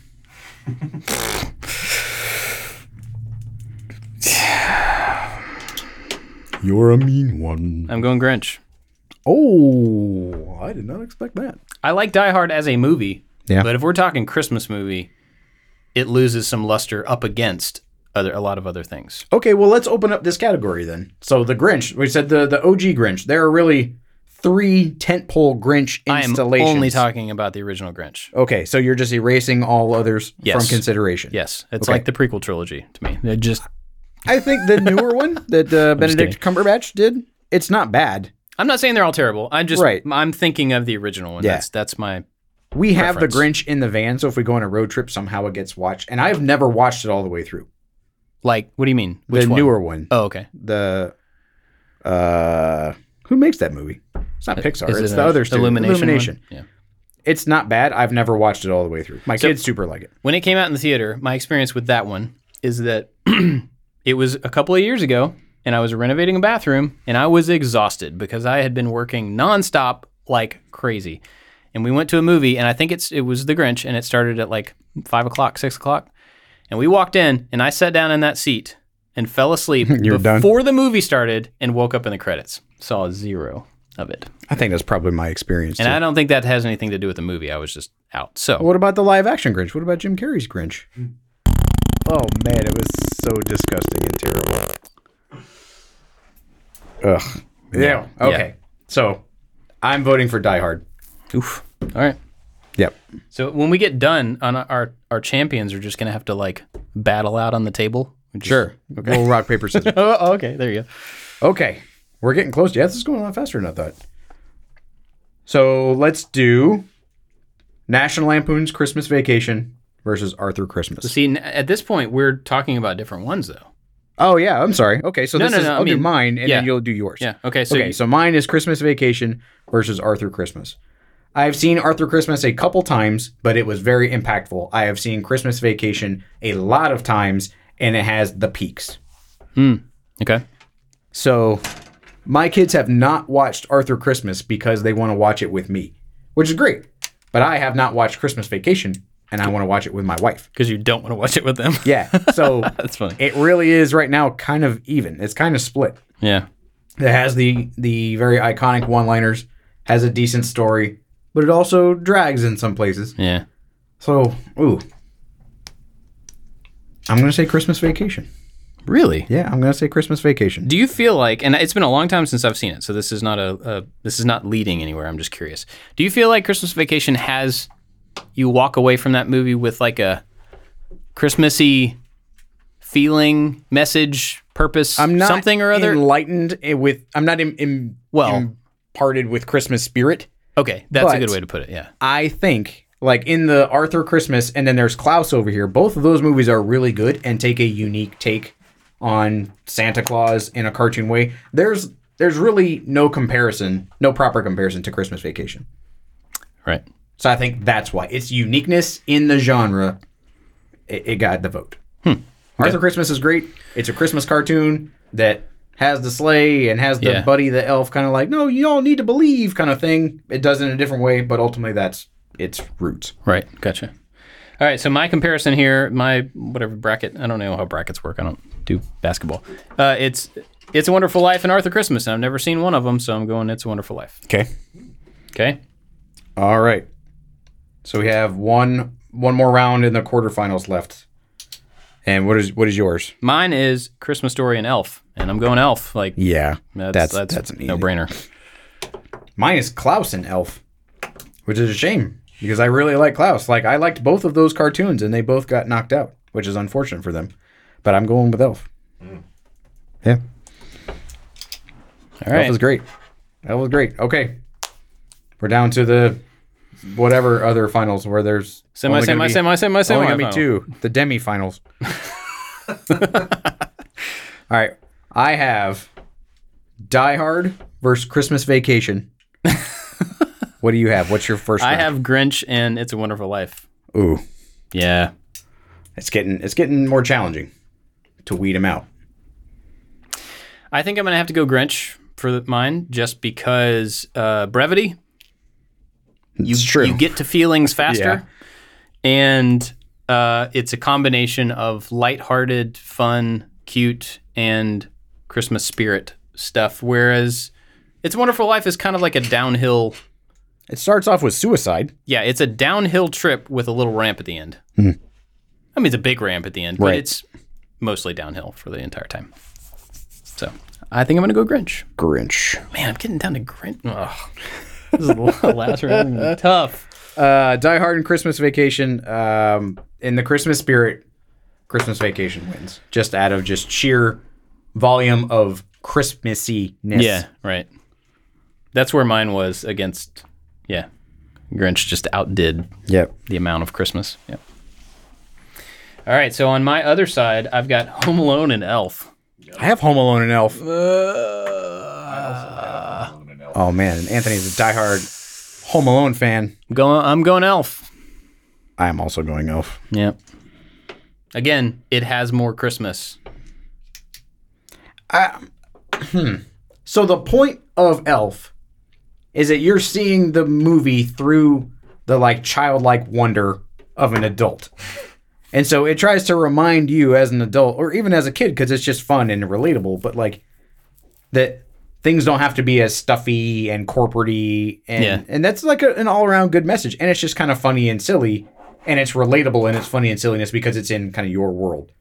You're a mean one. I'm going Grinch. Oh, I did not expect that. I like Die Hard as a movie. Yeah. But if we're talking Christmas movie, it loses some luster up against other a lot of other things. Okay, well, let's open up this category then. So the Grinch, we said the the OG Grinch. There are really three tentpole Grinch I am installations. only talking about the original Grinch. Okay, so you're just erasing all others Yes. from consideration. Yes, it's Okay. like the prequel trilogy to me. It just I think the newer one that uh, Benedict Cumberbatch did, it's not bad. I'm not saying they're all terrible. I'm just Right. I'm thinking of the original one. Yeah. That's that's my We have the Preference. Grinch in the van, so if we go on a road trip, somehow it gets watched. And I've never watched it all the way through. like what do you mean? The one? newer one, Oh, okay. the uh, who makes that movie? It's not Pixar. Is It's it the a- other studio, Illumination. one? Illumination. Yeah. It's not bad. I've never watched it all the way through. My kids super like it. when it came out in the theater, my experience with that one is that [clears throat] it was a couple of years ago, and I was renovating a bathroom, and I was exhausted because I had been working nonstop like crazy. And we went to a movie, and I think it's it was The Grinch, and it started at like five o'clock, six o'clock, and we walked in, and I sat down in that seat and fell [laughs] asleep You were done? before the movie started, and woke up in the credits. Saw zero of it, I think that's probably my experience. and too. I don't think that has anything to do with the movie. I was just out. So What about the live action Grinch? What about Jim Carrey's Grinch? Oh man, it was so disgusting and terrible. Ugh. Yeah. Okay. So I'm voting for Die Hard. oof. All right. Yep. So when we get done, on our our champions are just gonna have to like battle out on the table. We just- Okay. Little rock paper scissors. Oh, oh, okay. There you go. [laughs] okay. We're getting close. Yeah, this is going a lot faster than I thought. So let's do National Lampoon's Christmas Vacation versus Arthur Christmas. See, n- at this point, we're talking about different ones, though. Oh yeah, I'm sorry. Okay, so No, this no, is no, I I'll do mean- mine and yeah. then you'll do yours. Yeah. Okay. So okay, you- so mine is Christmas Vacation versus Arthur Christmas. I've seen Arthur Christmas a couple times, but it was very impactful. I have seen Christmas Vacation a lot of times, and it has the peaks. okay. So My kids have not watched Arthur Christmas because they want to watch it with me, which is great. But I have not watched Christmas Vacation and I want to watch it with my wife. because you don't want to watch it with them. Yeah. [laughs] So That's funny. it really is right now kind of even. It's kind of split. Yeah. It has the the very iconic one-liners, has a decent story, but it also drags in some places. Yeah. So, ooh. I'm going to say Christmas Vacation. Really? Yeah, I'm going to say Christmas Vacation. Do you feel like, and it's been a long time since I've seen it, so this is not a, a this is not leading anywhere. I'm just curious. Do you feel like Christmas Vacation has you walk away from that movie with like a Christmassy feeling, message, purpose, I'm not something or other? enlightened eh, with. I'm not im, im, Well- imparted with Christmas spirit. okay, that's a but- good way to put it. Yeah. I think like in the Arthur Christmas and then there's Klaus over here. Both of those movies are really good and take a unique take on Santa Claus in a cartoon way. There's there's really no comparison, no proper comparison to Christmas Vacation. Right. So I think that's why its uniqueness in the genre it, it got the vote. Arthur Christmas is great. It's a Christmas cartoon that has the sleigh and has the Yeah. Buddy the Elf kind of like no, you all need to believe kind of thing. It does it in a different way, but ultimately that's its roots. Right. Gotcha. All right. So my comparison here, my whatever bracket, I don't know how brackets work. I don't do basketball. Uh, it's It's a Wonderful Life and Arthur Christmas, and I've never seen one of them, so I'm going It's a Wonderful Life. Okay. Okay. All right. So we have one one more round in the quarterfinals left. And what is what is yours? Mine is Christmas Story and Elf, and I'm going Elf. Like Yeah, that's that's, an no easy- brainer. Mine is Klaus and Elf, which is a shame because I really like Klaus. Like I liked both of those cartoons, and they both got knocked out, which is unfortunate for them. But I'm going with Elf. Yeah, All right. Elf is great. Elf was great. Okay, we're down to the whatever other finals where there's Semi, only gonna semi, be- semi, semi, semi. Only gonna be final. two. [laughs] The demi-finals. All right, I have Die Hard versus Christmas [laughs] Vacation. what do you have? What's your first? I round? have Grinch and It's a Wonderful Life. Ooh, Yeah. it's getting it's getting more challenging to weed them out. I think I'm gonna have to go Grinch for mine, just because uh, brevity. You, It's true. You get to feelings faster, and uh, it's a combination of lighthearted, fun, cute, and Christmas spirit stuff. Whereas, It's a Wonderful Life is kind of like a downhill. It starts off with suicide. Yeah, it's a downhill trip with a little ramp at the end. I mean, it's a big ramp at the end, but Right. it's mostly downhill for the entire time. So I think I'm gonna go Grinch. Grinch. Man, I'm getting down to Grinch. Ugh. [laughs] This is the last round. Tough. Uh, Die Hard and Christmas Vacation. Um, in the Christmas spirit, Christmas Vacation wins just out of just sheer volume of Christmassiness. Yeah, right. That's where mine was against. Yeah, Grinch just outdid Yep. the amount of Christmas. Yeah. All right, so on my other side, I've got Home Alone and Elf. I have Home Alone and Uh, Elf. Alone and Elf. Oh man, and Anthony's a diehard Home Alone fan. Going, I'm going Elf. I am also going Elf. Yeah. Again, it has more Christmas. So the point of Elf is that you're seeing the movie through the like childlike wonder of an adult. And so it tries to remind you as an adult or even as a kid cuz it's just fun and relatable, but like that things don't have to be as stuffy and corporatey and Yeah. and that's like a, an all-around good message and it's just kind of funny and silly and it's relatable and it's funny and silliness because it's in kind of your world.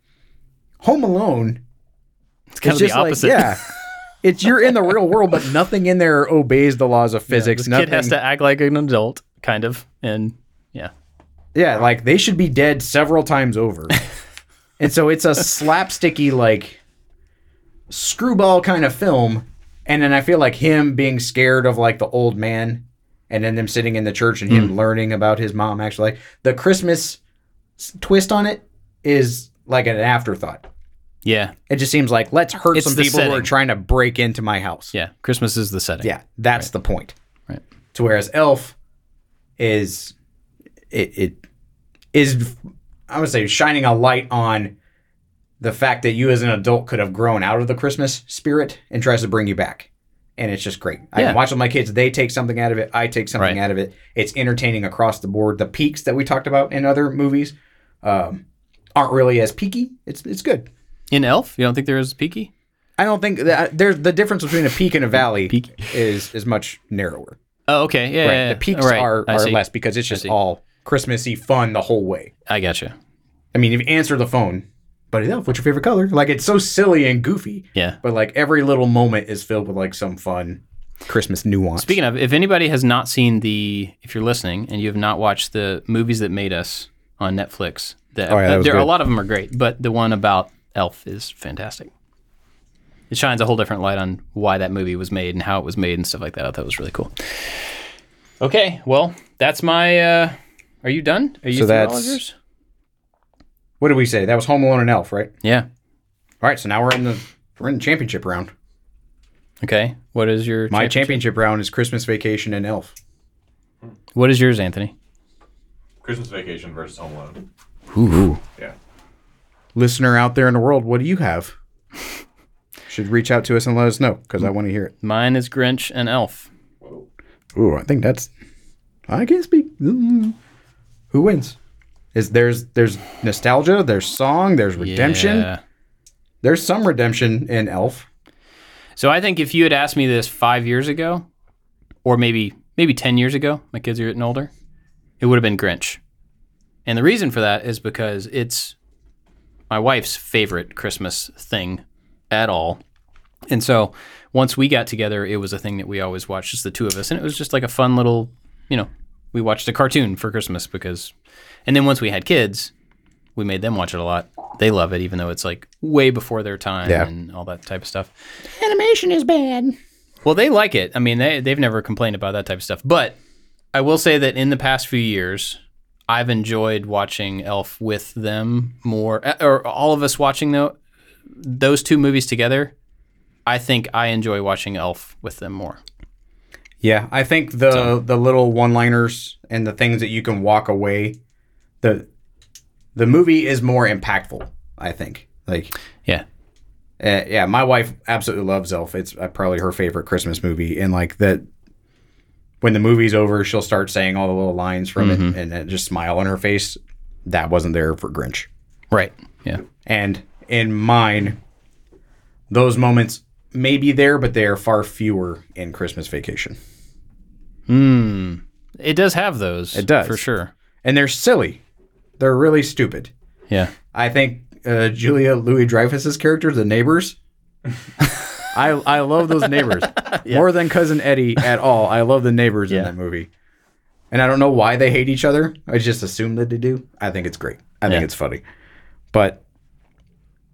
Home Alone It's kind it's of just the opposite. Like, yeah. It's you're in the real world, but nothing in there obeys the laws of physics. This nothing, kid has to act like an adult, kind of, and yeah. yeah, like they should be dead several [laughs] times over. and so it's a slapsticky, like screwball kind of film. And then I feel like him being scared of like the old man and then them sitting in the church and Hmm. him learning about his mom actually. Like the Christmas s- twist on it is like an afterthought. Yeah. It just seems like let's hurt It's some the people who are setting. trying to break into my house. Yeah. Christmas is the setting. Yeah, that's the point. Right. To whereas Elf is it, it is I would say shining a light on the fact that you as an adult could have grown out of the Christmas spirit and tries to bring you back. and it's just great. I Yeah. can watch with my kids. They take something out of it. I take something Right. out of it. It's entertaining across the board. The peaks that we talked about in other movies um, aren't really as peaky. It's it's good. In Elf, you don't think there is Peaky? I don't think that there's the difference between a peak and a valley Peak. is is much narrower. Oh, okay. Yeah. Right. yeah, yeah. The peaks Right, are, I are see. less because it's just see. all Christmassy fun the whole way. I gotcha. I mean, if you answer the phone, buddy, elf, what's your favorite color? Like it's so silly and goofy. Yeah. But like every little moment is filled with like some fun Christmas nuance. Speaking of, if anybody has not seen the, if you're listening and you have not watched the movies that made us on Netflix, the, Oh, yeah, that was there a good. lot of them are great, but the one about Elf is fantastic. It shines a whole different light on why that movie was made and how it was made and stuff like that. I thought it was really cool. Okay, well, that's my. Uh, are you done? Are you So through all of that's- yours? what did we say? That was Home Alone and Elf, right? Yeah. All right, so now we're in the we're in the championship round. Okay. What is your My championship? championship round is Christmas Vacation and Elf. What is yours, Anthony? Christmas Vacation versus Home Alone. Ooh. Yeah. Listener out there in the world, what do you have? Should reach out to us and let us know because Mm. I want to hear it. Mine is Grinch and Elf. Whoa. Ooh, I think that's. I can't speak. Mm. Who wins? Is there's there's nostalgia, there's song, there's redemption, Yeah. there's some redemption in Elf. So I think if you had asked me this five years ago, or maybe maybe ten years ago, my kids are getting older, it would have been Grinch. And the reason for that is because it's my wife's favorite Christmas thing at all. And so once we got together, it was a thing that we always watched, just the two of us. And it was just like a fun little, you know, we watched a cartoon for Christmas because, and then once we had kids, we made them watch it a lot. They love it, even though it's like way before their time Yeah. and all that type of stuff. Animation is bad. Well, they like it. I mean, they they've never complained about that type of stuff. But I will say that in the past few years, I've enjoyed watching Elf with them more, eh, or all of us watching though those two movies together. I think I enjoy watching Elf with them more. Yeah, I think the the little one liners and the things that you can walk away, the the movie is more impactful. I think like Yeah, Uh, yeah, my wife absolutely loves Elf. It's uh, probably her favorite Christmas movie, and like that. When the movie's over, she'll start saying all the little lines from it, and uh, just smile on her face. That wasn't there for Grinch. right. Yeah, And in mine, those moments may be there, but they are far fewer in Christmas Vacation. it does have those. It does. for sure. And they're silly. They're really stupid. Yeah, I think uh, Julia Louis Dreyfus's character, the neighbors. I I love those [laughs] neighbors more than cousin Eddie at all. I love the neighbors in that movie, and I don't know why they hate each other. I just assume that they do. I think it's great. I think it's funny, but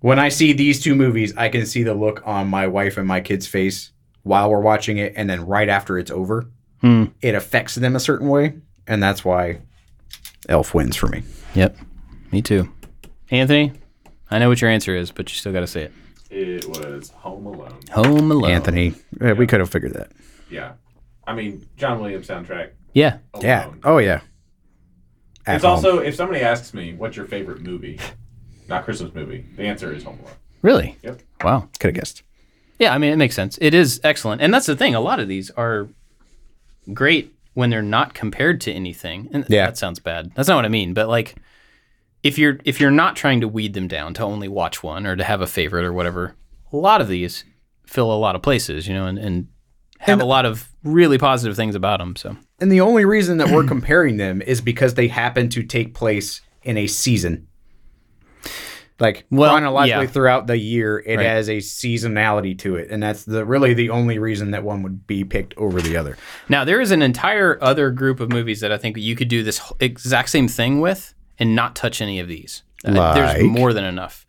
when I see these two movies, I can see the look on my wife and my kid's face while we're watching it, and then right after it's over, it affects them a certain way, and that's why Elf wins for me. yep. Me too. Anthony, I know what your answer is, but you still got to say it. It was Home Alone. Home Alone. Anthony, eh, we could have figured that. Yeah. I mean, John Williams soundtrack. Yeah. Alone. Yeah. Oh yeah. At It's home. also if somebody asks me what's your favorite movie, not Christmas movie, the answer is Home Alone. Really. Yep. Wow. could have guessed. Yeah, I mean, it makes sense. It is excellent. And that's the thing. A lot of these are great when they're not compared to anything. And Yeah. that sounds bad. That's not what I mean. But like if you're if you're not trying to weed them down to only watch one or to have a favorite or whatever, a lot of these fill a lot of places, you know, and, and have a lot of really positive things about them. So And the only reason [clears throat] that we're comparing them is because they happen to take place in a season. Like Well, chronologically yeah. throughout the year, it Right. has a seasonality to it, and that's the really the only reason that one would be picked over the other. Now there is an entire other group of movies that I think you could do this wh- exact same thing with and not touch any of these. Uh, Like? There's more than enough.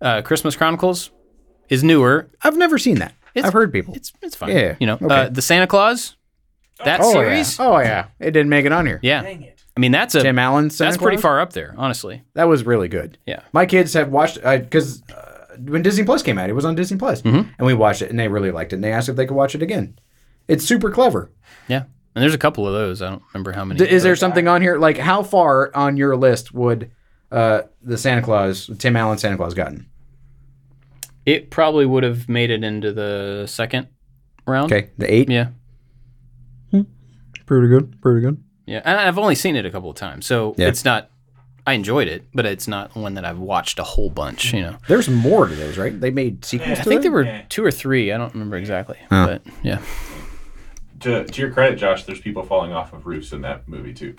Uh, Christmas Chronicles is newer. I've never seen that. It's- I've heard people. It's it's fine. Yeah, You know, okay. uh, the Santa Claus, that oh series. yeah. Oh yeah. It didn't make it on here. Yeah. I mean that's a Tim Allen. Santa that's pretty Claus? far up there, honestly. That was really good. Yeah. My kids have watched because uh, when Disney Plus came out, it was on Disney Plus, Mm-hmm. and we watched it, and they really liked it, and they asked if they could watch it again. It's super clever. Yeah. And there's a couple of those. I don't remember how many. D- Is there something on here like how far on your list would uh, the Santa Claus, Tim Allen Santa Claus, gotten? it probably would have made it into the second round. Okay, the eight. Yeah. [laughs] Pretty good. Pretty good. Yeah. And I've only seen it a couple of times. So Yeah. it's not, I enjoyed it, but it's not one that I've watched a whole bunch, you know. There's more to those, right? They made sequels. I to think that? there were Yeah. two or three. I don't remember exactly. Huh. But yeah. To, to your credit, Josh, there's people falling off of roofs in that movie too.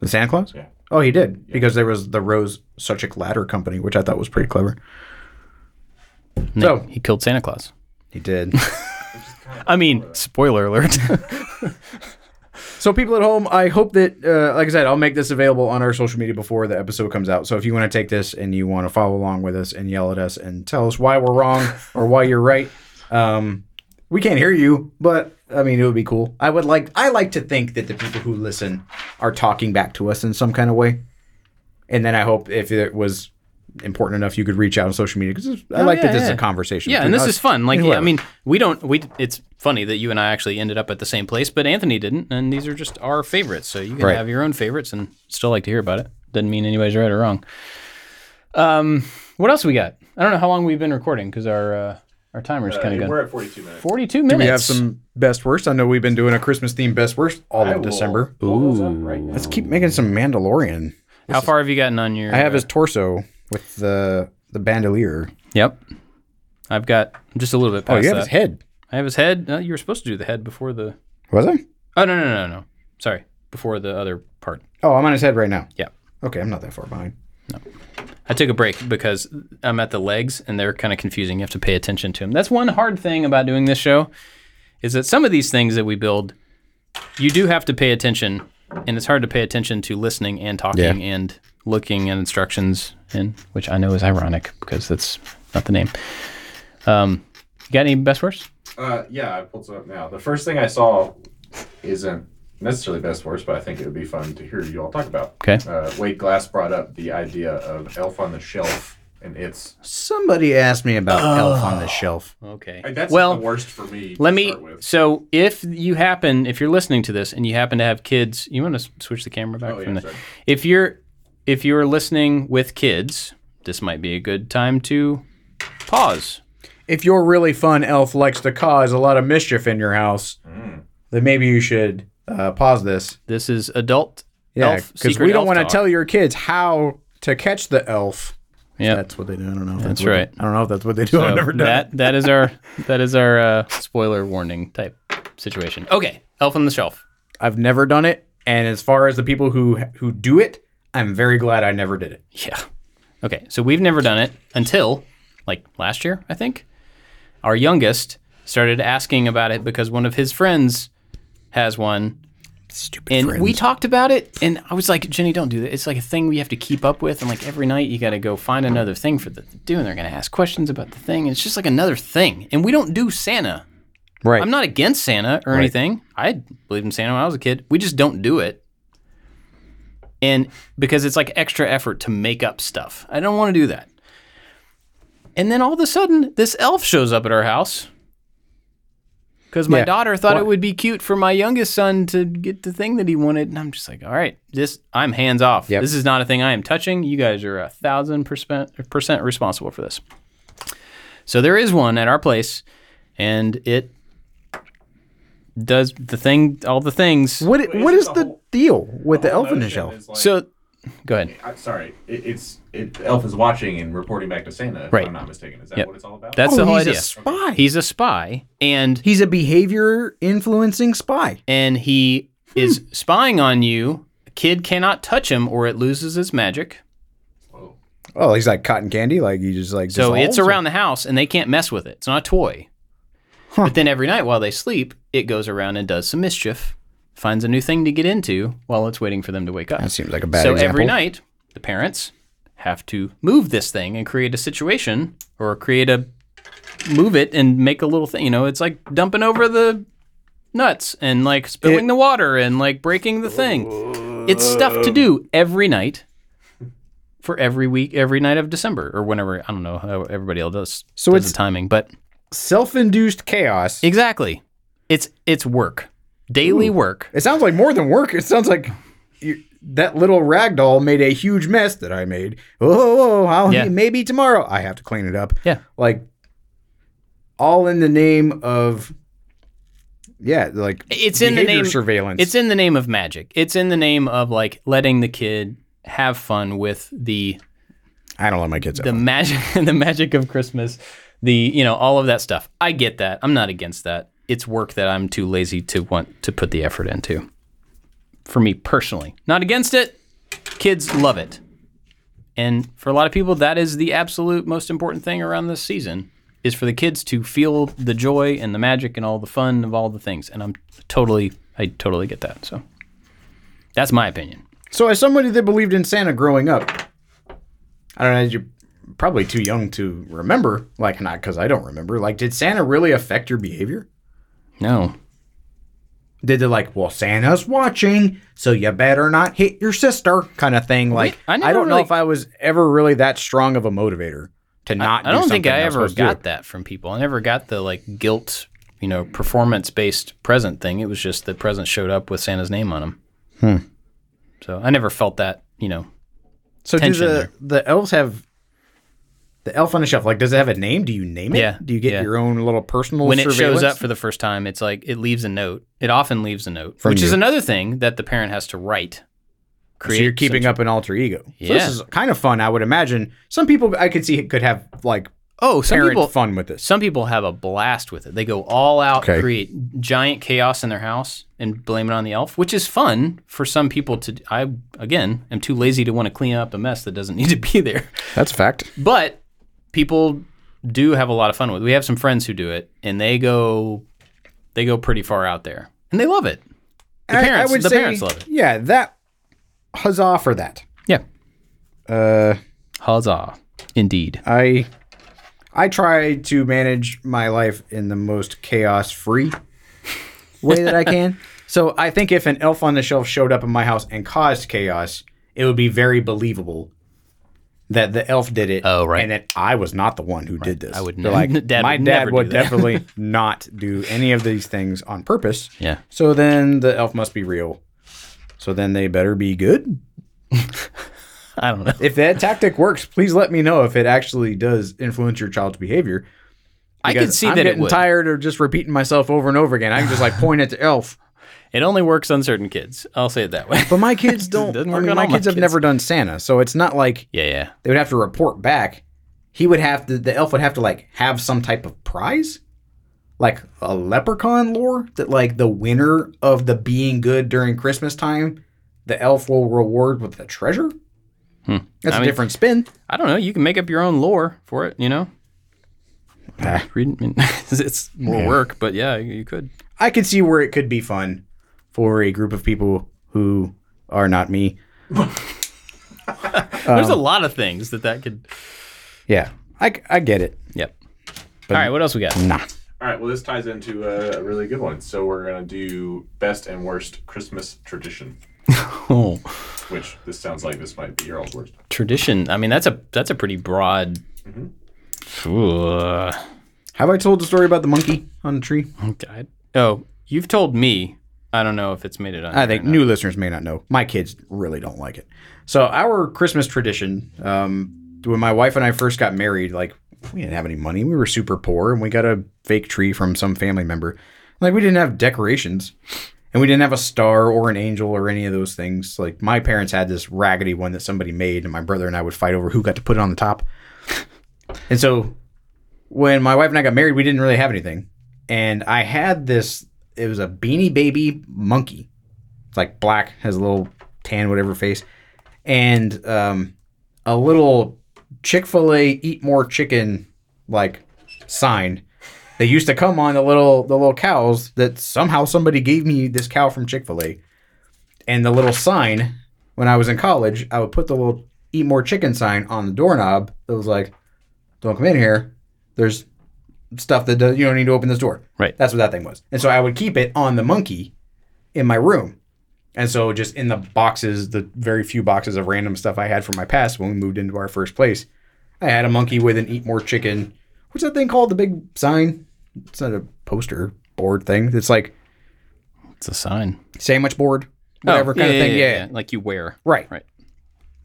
the Santa Claus. Yeah. Oh, he did because there was the Rose Suchik Ladder Company, which I thought was pretty clever. And So- they- he killed Santa Claus. He did. [laughs] I mean, spoiler [laughs] alert. so, people at home, I hope that, uh, like I said, I'll make this available on our social media before the episode comes out. So, if you want to take this and you want to follow along with us and yell at us and tell us why we're [laughs] wrong or why you're right, um, we can't hear you, but I mean, it would be cool. I would like, I like to think that the people who listen are talking back to us in some kind of way. And then I hope if it was important enough, you could reach out on social media because I Oh, like yeah, that this is yeah. a conversation. yeah. between And this us is fun. Like, and I whoever. mean, we don't, we, it's funny that you and I actually ended up at the same place, but Anthony didn't. And these are just our favorites. So you can Right. have your own favorites and still like to hear about it. Doesn't mean anybody's right or wrong. Um, what else we got? I don't know how long we've been recording because our, uh, our timer's Uh, kind of gone. we're at 42 minutes. 42 minutes. We have some best worst. I know we've been doing a Christmas themed best worst all I of will December. pull those up right now. Let's keep making some Mandalorian. How far have you gotten on your? I have uh, his torso with the the bandolier. Yep. I've got I'm just a little bit Oh, past you have that. his head. I have his head. No, you were supposed to do the head before the. Was I? Oh no no no no. no. Sorry, before the other part. Oh, I'm on his head right now. Yep. Okay, I'm not that far behind. I took a break because I'm at the legs and they're kind of confusing. You have to pay attention to them. That's one hard thing about doing this show, is that some of these things that we build, you do have to pay attention, and it's hard to pay attention to listening and talking Yeah. and looking at instructions, and which I know is ironic because that's not the name. Um, you got any best words? Uh, yeah, I pulled some up now. The first thing I saw isn't necessarily best worst, but I think it would be fun to hear you all talk about. Okay. Uh, Wade Glass brought up the idea of Elf on the Shelf and its. Somebody asked me about Elf on the Shelf. Okay. That's well, the worst for me. to let me. start with. So, if you happen, if you're listening to this and you happen to have kids, you want to switch the camera back Oh, from the. yeah, sorry. If you're, if you're listening with kids, this might be a good time to pause. If your really fun elf likes to cause a lot of mischief in your house, then maybe you should uh, pause this. This is adult Yeah, elf because secret we don't elf want to talk. tell your kids how to catch the elf. Yeah. That's what they do. I don't know. If That's what they- right. I don't know if that's what they do. I've So never done. it. that that is [laughs] our that is our uh, spoiler warning type situation. Okay, Elf on the Shelf. I've never done it. And as far as the people who who do it, I'm very glad I never did it. Yeah. Okay, so we've never done it until like last year, I think. Our youngest started asking about it because one of his friends has one. Stupid And friends. we talked about it and I was like, Jenny, don't do that. It's like a thing we have to keep up with and like every night you gotta go find another thing for them to do and they're gonna ask questions about the thing. And it's just like another thing. And we don't do Santa. right. I'm not against Santa or anything. I believed in Santa when I was a kid. We just don't do it. And because it's like extra effort to make up stuff. I don't want to do that. And then all of a sudden, this elf shows up at our house. Because my Yeah. daughter thought Why- it would be cute for my youngest son to get the thing that he wanted. And I'm just like, all right, this I'm hands off. Yep. This is not a thing I am touching. You guys are a thousand percent percent responsible for this. So there is one at our place, and it does the thing, all the things. what Wait, what isn't is the the whole- deal with the, elf in the notion shelf? is like- So, go ahead. I'm sorry. It, it's it, the elf is watching and reporting back to Santa. If Right. I'm not mistaken. Is that Yep. what it's all about? That's the whole Oh, he's idea. a spy. He's a spy, and He's a behavior influencing spy. and he Hmm. is spying on you. A kid cannot touch him, or it loses its magic. Whoa. Oh, he's like cotton candy. Like he just like So dissolves it's or- around the house and they can't mess with it. It's not a toy. Huh. But then every night while they sleep, it goes around and does some mischief, finds a new thing to get into while it's waiting for them to wake up. That seems like a bad so example. every night, the parents have to move this thing and create a situation or create a move it and make a little thing. You know, it's like dumping over the nuts and like spilling It- the water and like breaking the thing. It's stuff to do every night for every week, every night of December or whenever. I don't know how everybody else does. So does it's- the timing, but self-induced chaos. It, exactly, it's it's work, daily work. sounds like more than work. It sounds like you, that little rag doll made a huge mess that I made. Oh, I'll Yeah. maybe tomorrow I have to clean it up. Yeah, like all in the name of yeah, like It's in the behavior name- surveillance. It's in the name of magic. It's in the name of like letting the kid have fun with the I don't let my kids. the out. magic [laughs] the magic of Christmas, the you know all of that stuff. I get that. I'm not against that. It's work that I'm too lazy to want to put the effort into. For me personally, not against it. Kids love it, and for a lot of people, that is the absolute most important thing around this season is for the kids to feel the joy and the magic and all the fun of all the things. And I'm totally, I totally get that. So that's my opinion. So, as somebody that believed in Santa growing up, I don't know. You're probably too young to remember. Like, not because I don't remember. Like, did Santa really affect your behavior? No, Did they like, well, Santa's watching, so you better not hit your sister, kind of thing? Like, I I, never don't know really- if I was ever really that strong of a motivator to not. I don't think I ever got That. that from people. I never got the like guilt, you know, performance based present thing. It was just the present showed up with Santa's name on them. Hmm. So I never felt that, you know. So, do tension the there. the elves have? The elf on the shelf, like, does it have a name? Do you name it? Yeah, Do you get yeah. your own little personal When it shows surveillance? up for the first time, it's like it leaves a note. It often leaves a note, From which is you. another thing that the parent has to write. So you're keeping up an alter ego. So Yeah. this is kind of fun, I would imagine. Some people I could see could have like Oh, some parent people fun with this. some people have a blast with it. They go all out, Okay. create giant chaos in their house, and blame it on the elf, which is fun for some people to. I again am too lazy to want to clean up a mess that doesn't [laughs] need to be there. That's a fact. But people do have a lot of fun with. it. We have some friends who do it, and they go, they go pretty far out there, and they love it. The parents, the parents love it. Yeah, that huzzah for that. Yeah, Uh, huzzah! Indeed. I I try to manage my life in the most chaos free [laughs] way that I can. So I think if an elf on the shelf showed up in my house and caused chaos, it would be very believable that the elf did it. Oh, right. And that I was not the one who did this. I would They're never- [laughs] like Dad my would dad never do would that." [laughs] definitely not do any of these things on purpose. Yeah. So then the elf must be real. So then they better be good. I don't know. If that tactic works, please let me know if it actually does influence your child's behavior. I could Because see I'm that it getting would. tired of just repeating myself over and over again. I can just like point at the elf. It only works on certain kids. I'll say it that way. [laughs] But my kids don't. Doesn't I work mean, on my all kids my have kids. never done Santa, so it's not like yeah, yeah. they would have to report back. He would have to. The elf would have to like have some type of prize, like a leprechaun lore that like the winner of the being good during Christmas time, the elf will reward with a treasure. That's Hmm. I a mean- different spin. I don't know. You can make up your own lore for it, you know? Ah. Read- I mean, [laughs] it's more work, but yeah, you you could. I could see where it could be fun for a group of people who are not me. There's a lot of things that that could. Yeah, I, I get it. Yep. All right, what else we [laughs] got? Nah. All right. Well, this ties into a really good one. So we're gonna do best and worst Christmas tradition, Oh, which this sounds like this might be your all's worst. tradition. I mean, that's a that's a pretty broad. Mm-hmm. Ugh. Have I told the story about the monkey on the tree? God. Oh, you've told me. I don't know if it's made it on. I here think or not. new listeners may not know. My kids really don't like it. So our Christmas tradition, um, when my wife and I first got married, like we didn't have any money. We were super poor, and we got a fake tree from some family member. Like we didn't have decorations, and we didn't have a star or an angel or any of those things. Like my parents had this raggedy one that somebody made, and my brother and I would fight over who got to put it on the top. And so when my wife and I got married, we didn't really have anything. And I had this, it was a beanie baby monkey. It's like black, has a little tan, whatever face, and um, a little Chick fil A eat more chicken like sign. They used to come on the little the little cows that somehow somebody gave me this cow from Chick fil A. And the little sign, when I was in college, I would put the little eat more chicken sign on the doorknob that was like, don't come in here. There's stuff that does, you don't need to open this door. Right. That's what that thing was. And so I would keep it on the monkey in my room. And so just in the boxes, the very few boxes of random stuff I had from my past when we moved into our first place, I had a monkey with an eat more chicken. What's that thing called? The big sign? It's not a poster board thing. It's like it's a sign. sandwich board, whatever Oh, kind of thing. Yeah, Like you wear. Right. Right.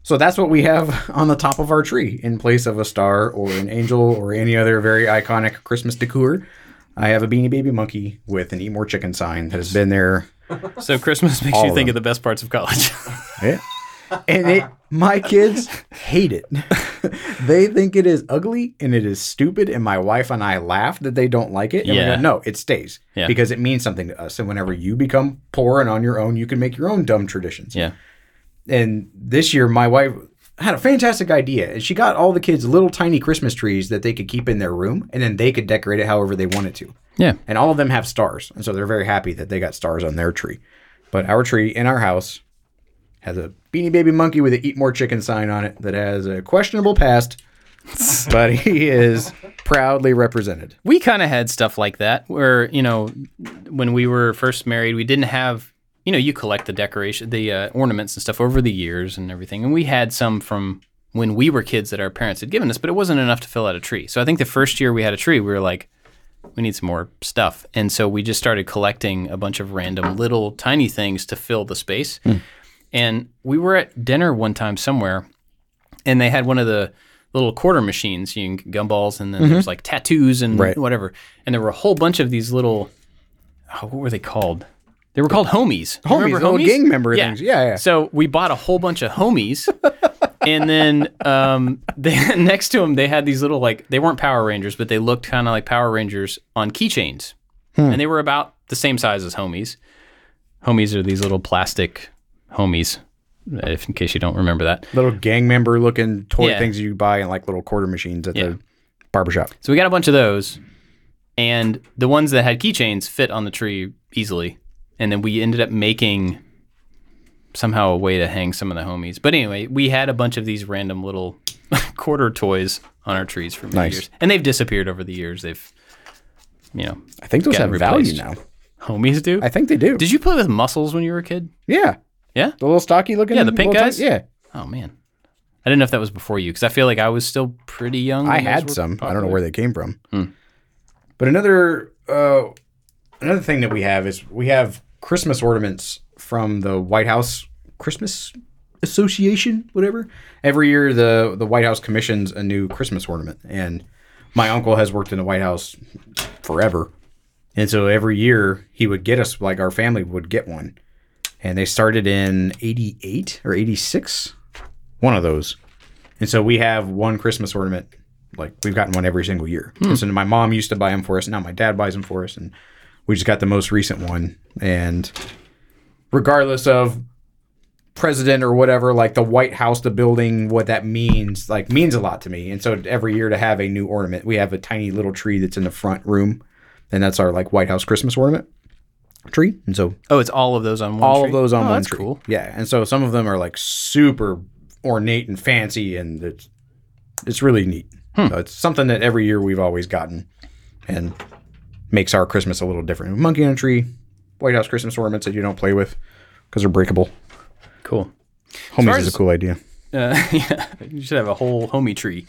So that's what we have [laughs] on the top of our tree in place of a star or an angel or any other very iconic Christmas decor. I have a Beanie Baby monkey with an Eat More Chicken sign that has been there. So Christmas makes All you of think them. of the best parts of college. [laughs] Yeah. And it, my kids hate it. [laughs] they think it is ugly and it is stupid. And my wife and I laugh that they don't like it. And we go, Yeah. no, it stays Yeah. because it means something to us. And whenever you become poor and on your own, you can make your own dumb traditions. yeah. and this year my wife had a fantastic idea and she got all the kids little tiny christmas trees that they could keep in their room and then they could decorate it however they wanted to Yeah. and all of them have stars and so they're very happy that they got stars on their tree but our tree in our house has a beanie baby monkey with a eat more chicken sign on it that has a questionable [laughs] past but he is proudly represented we kind of had stuff like that where you know when we were first married we didn't have you know you collect the decoration the uh, ornaments and stuff over the years and everything and we had some from when we were kids that our parents had given us but it wasn't enough to fill out a tree so i think the first year we had a tree we were like we need some more stuff and so we just started collecting a bunch of random little tiny things to fill the space Hmm. and we were at dinner one time somewhere and they had one of the little quarter machines you can gumballs and then there's like tattoos and Mm-hmm. Right. whatever and there were a whole bunch of these little oh, what were they called they were called homies You Homies, Oh, remember little gang member yeah. things. Yeah, yeah. so we bought a whole bunch of homies and then um, [laughs] they, next to them they had these little like they weren't power rangers but they looked kind of like power rangers on keychains Hmm. and they were about the same size as homies homies are these little plastic homies if in case you don't remember that little gang member looking toy Yeah. things you buy in like little quarter machines at Yeah. the barbershop So we got a bunch of those, and the ones that had keychains fit on the tree easily. And then we ended up making somehow a way to hang some of the homies. But anyway, we had a bunch of these random little [laughs] quarter toys on our trees for many Nice. years, and they've disappeared over the years. They've, you know, i think those Got have replaced. value now homies do. i think they do Did you play with muscles when you were a kid? yeah Yeah. The little stocky looking. Yeah, the pink little guys? ti- yeah, Oh man, I didn't know if that was before you because I feel like I was still pretty young. I when those had were some. I don't know popular. Hmm. where they came from. But another uh, another thing that we have is we have Christmas ornaments from the White House Christmas Association, whatever. Every year, the the White House commissions a new Christmas ornament, and my uncle has worked in the White House forever, and so every year he would get us like our family would get one, and they started in '88 or '86, one of those. And so we have one Christmas ornament. Like we've gotten one every single year. And so my mom used to buy them for us. Now my dad buys them for us, and we just got the most recent one. And regardless of president or whatever, like the White House, the building, what that means, like means a lot to me. And so every year to have a new ornament, we have a tiny little tree that's in the front room, and that's our like White House Christmas ornament tree. And so Oh, it's all of those on one. all tree? of those on oh, one that's tree. Cool. Yeah, and so some of them are like super ornate and fancy, and it's it's really neat. So it's something that every year we've always gotten, and makes our Christmas a little different. Monkey on a tree, White House Christmas ornaments that you don't play with because they're breakable. Cool. Homies far is a as- cool idea. Uh, [laughs] yeah, you should have a whole homie tree.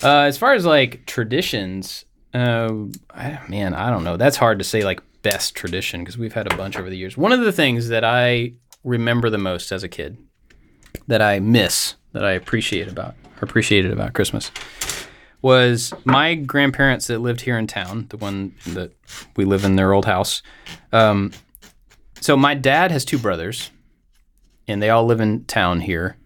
Uh, as far as like traditions, uh, I, man, I don't know. That's hard to say like best tradition because we've had a bunch over the years. One of the things that I remember the most as a kid that I miss that I appreciate about appreciated about Christmas was my grandparents that lived here in town, the one that we live in their old house. Um, so my dad has two brothers, and they all live in town here.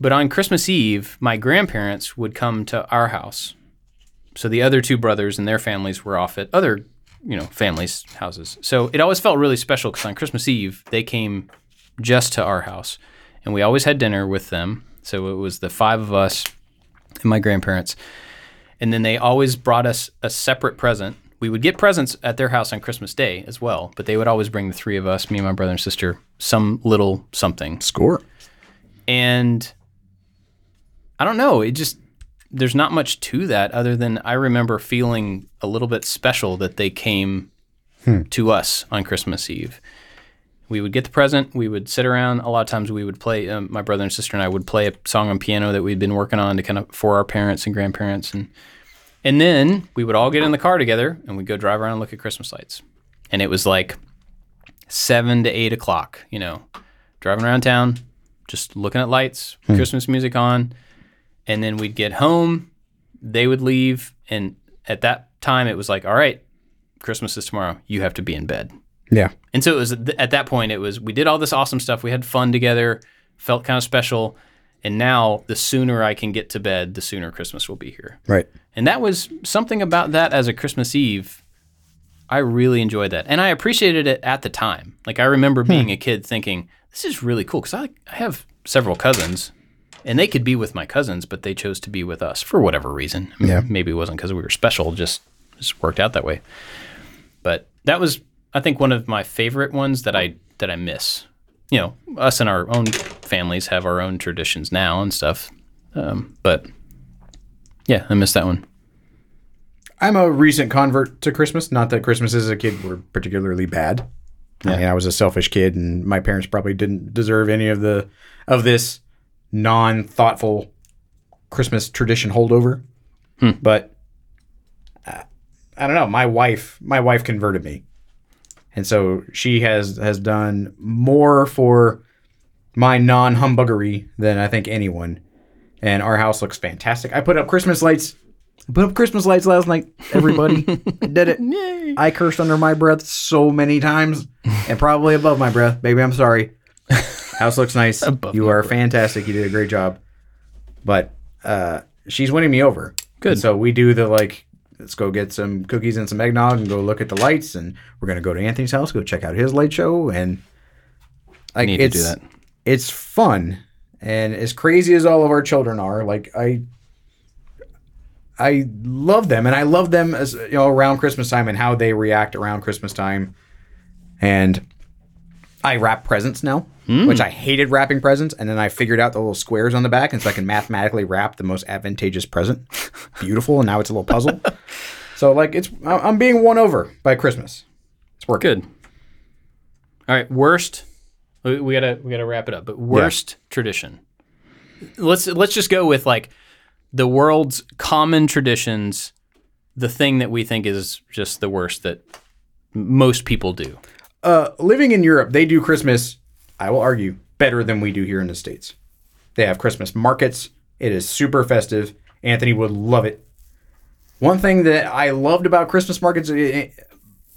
But on Christmas Eve, my grandparents would come to our house. So the other two brothers and their families were off at other, you know, families' houses. So it always felt really special because on Christmas Eve, they came just to our house. And we always had dinner with them. So it was the five of us and my grandparents. And then they always brought us a separate present. We would get presents at their house on Christmas Day as well, but they would always bring the three of us, me and my brother and sister, some little something Score. and I don't know. It just there's not much to that other than I remember feeling a little bit special that they came to us on Christmas Eve. We would get the present. We would sit around. A lot of times we would play. Um, my brother and sister and I would play a song on piano that we'd been working on to kind of for our parents and grandparents, and and then we would all get in the car together and we'd go drive around and look at Christmas lights. And it was like seven to eight o'clock. You know, driving around town, just looking at lights, Christmas music on, and then we'd get home. They would leave, and at that time, it was like, all right, Christmas is tomorrow. You have to be in bed. Yeah. And so it was at th- at that point, it was we did all this awesome stuff. We had fun together, felt kind of special. And now the sooner I can get to bed, the sooner Christmas will be here. Right. And that was something about that as a Christmas Eve. I really enjoyed that. And I appreciated it at the time. Like, I remember being a kid thinking, this is really cool because I, I have several cousins and they could be with my cousins, but they chose to be with us for whatever reason. I mean, Yeah. Maybe it wasn't because we were special, just, just worked out that way. But that was, I think, one of my favorite ones that I that I miss. You know, us and our own families have our own traditions now and stuff. Um, but yeah, I miss that one. I'm a recent convert to Christmas. Not that Christmases as a kid were particularly bad. I mean, I was a selfish kid, and my parents probably didn't deserve any of the of this non thoughtful Christmas tradition holdover. But uh, I don't know. My wife, my wife converted me, and so she has has done more for my non humbuggery than I think anyone. And our house looks fantastic. I put up Christmas lights put up Christmas lights last night, everybody. I did it. I cursed under my breath so many times and probably above my breath. Baby, I'm sorry. House looks nice. you are fantastic. You did a great job. But uh, she's winning me over. Good. And so we do the like, let's go get some cookies and some eggnog and go look at the lights. And we're going to go to Anthony's house, go check out his light show. And like, Need to it's, do that. it's fun. And as crazy as all of our children are, like, I I love them, and I love them as you know around Christmas time and how they react around Christmas time. And I wrap presents now, which I hated wrapping presents, and then I figured out the little squares on the back, and so I can mathematically wrap the most advantageous present. Beautiful, and now it's a little puzzle. so like it's I- I'm being won over by Christmas. It's working. Good. All right, worst. We we gotta we gotta wrap it up. But worst tradition. Let's let's just go with like the world's common traditions. The thing that we think is just the worst that m- most people do. Uh, living in Europe, they do Christmas. I will argue better than we do here in the states. They have Christmas markets. It is super festive. Anthony would love it. One thing that I loved about Christmas markets it,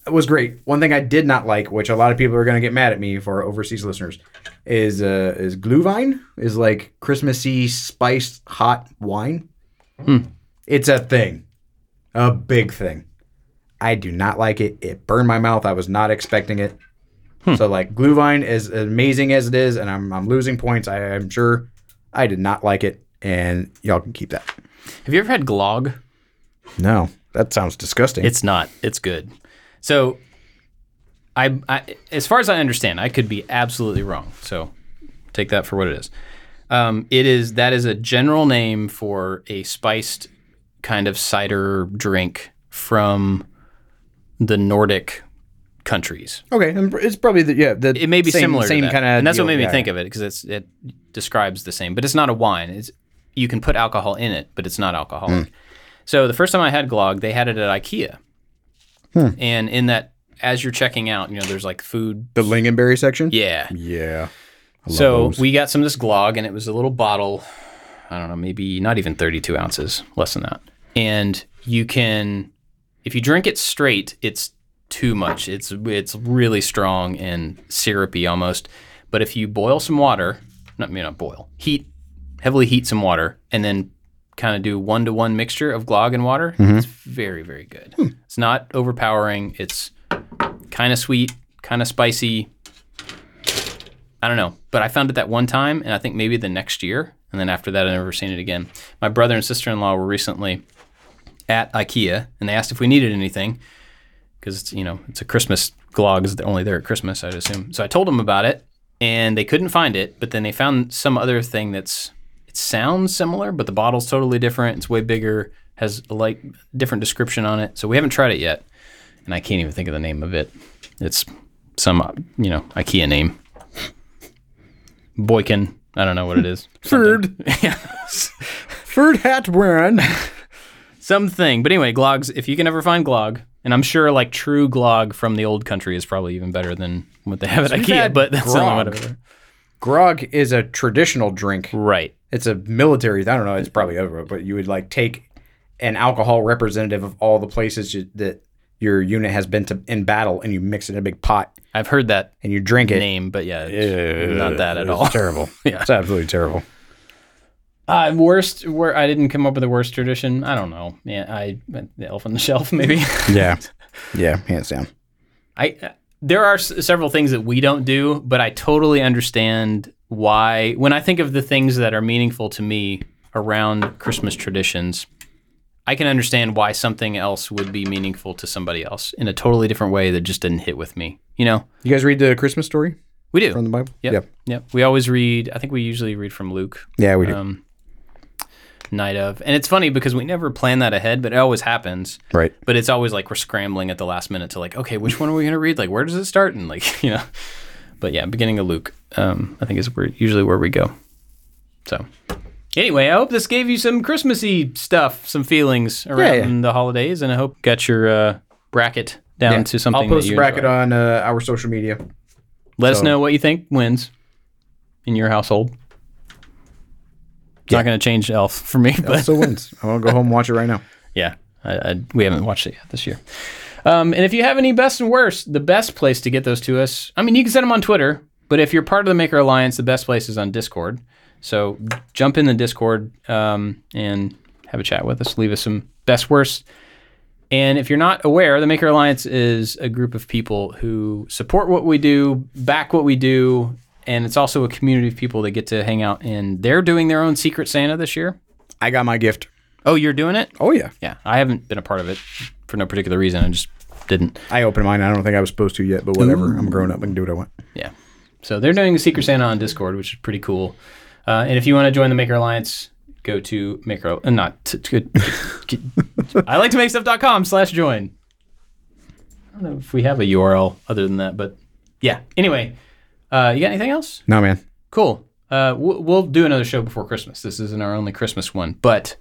it was great. One thing I did not like, which a lot of people are going to get mad at me for overseas listeners, is uh, is glühwein is like Christmassy spiced hot wine. It's a thing, a big thing. I do not like it. It burned my mouth. I was not expecting it. [laughs] So like Glühwein, as amazing as it is, and I'm I'm losing points. I, I'm sure. I did not like it, and y'all can keep that. Have you ever had glog? No, that sounds disgusting. It's not. It's good. So, I, I as far as I understand, I could be absolutely wrong. So, take that for what it is. Um, it is that is a general name for a spiced kind of cider drink from the Nordic countries. okay. and It's probably the, yeah. The It may be same, similar, same to that. kind of. and that's what made me think of it because it's it describes the same, but it's not a wine. It's you can put alcohol in it, but it's not alcoholic. Hmm. So the first time I had glog, they had it at IKEA, Hmm. and in that as you're checking out, you know, there's like food. the lingonberry section. Yeah. Yeah. So we got some of this glog, and it was a little bottle. I don't know, maybe not even 32 ounces, less than that. And you can, if you drink it straight, it's too much. It's it's really strong and syrupy almost. But if you boil some water, not maybe not boil, heat heavily heat some water, and then kind of do one to one mixture of glog and water, it's very very good. It's not overpowering. It's kind of sweet, kind of spicy, I don't know, but I found it that one time, and I think maybe the next year, and then after that, I never seen it again. My brother and sister in law were recently at IKEA, and they asked if we needed anything because you know it's a Christmas glog is only there at Christmas, I'd assume. So I told them about it, and they couldn't find it, but then they found some other thing that's it sounds similar, but the bottle's totally different. It's way bigger, has a like different description on it. So we haven't tried it yet, and I can't even think of the name of it. It's some uh, you know IKEA name. Boykin. I don't know what it is. Third. Third [laughs] hat brand. Something. But anyway, Glogs, if you can ever find Glog, and I'm sure like true Glog from the old country is probably even better than what they have at IKEA, had but that's grog. not whatever. Grog is a traditional drink. Right. It's a military. I don't know. It's probably over, but you would like take an alcohol representative of all the places you, that your unit has been to in battle and you mix it in a big pot I've heard that and you drink it. name, but yeah, it's not that at It's [laughs] all. terrible. Yeah. It's absolutely terrible. Uh, worst, where I didn't come up with a worst tradition. I don't know. Yeah, I the elf on the shelf [laughs] maybe. Yeah. Yeah, hands down. I there are s- several things that we don't do, but I totally understand why. When I think of the things that are meaningful to me around Christmas traditions, I can understand why something else would be meaningful to somebody else in a totally different way that just didn't hit with me. You know, You guys read the Christmas story we do. from the Bible? Yep. Yep. We always read. I think we usually read from Luke. Yeah, we do. Um, night of, and it's funny because we never plan that ahead, but it always happens. right. But it's always like we're scrambling at the last minute to like, okay, which one are we gonna read? Like, where does it start? And like, [laughs] you know. But yeah, beginning of Luke, um, I think is where usually where we go. So. Anyway, I hope this gave you some Christmassy stuff, some feelings around Yeah, the holidays, and I hope you got your uh, bracket down Yeah. to something. I'll post that a you bracket enjoy. on uh, our social media. Let us So- know what you think wins in your household. It's not going to change Elf for me, but So [laughs] wins. I want to go home and watch it right now. yeah, I, I, we haven't watched it yet this year. Um, and if you have any best and worst, the best place to get those to us, I mean, you can send them on Twitter, but if you're part of the Maker Alliance, the best place is on Discord. So jump in the Discord um, and have a chat with us. Leave us some best worst. And if you're not aware, the Maker Alliance is a group of people who support what we do, back what we do, and it's also a community of people that get to hang out. And they're doing their own Secret Santa this year. I got my gift. Oh, you're doing it? Oh yeah. yeah, I haven't been a part of it for no particular reason. I just didn't. I opened mine. I don't think I was supposed to yet, but whatever. I'm grown up. I can do what I want. Yeah. So they're doing a Secret Santa on Discord, which is pretty cool. Uh, and if you want to join the Maker Alliance, go to Maker. Uh, not to, to, [laughs] I like to make stuff.com slash join. I don't know if we have a URL other than that, but yeah. Anyway, uh, you got anything else? No man. Cool. Uh, we'll, we'll do another show before Christmas. This isn't our only Christmas one, but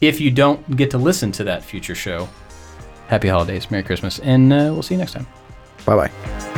if you don't get to listen to that future show, happy holidays, Merry Christmas, and uh, we'll see you next time. Bye bye.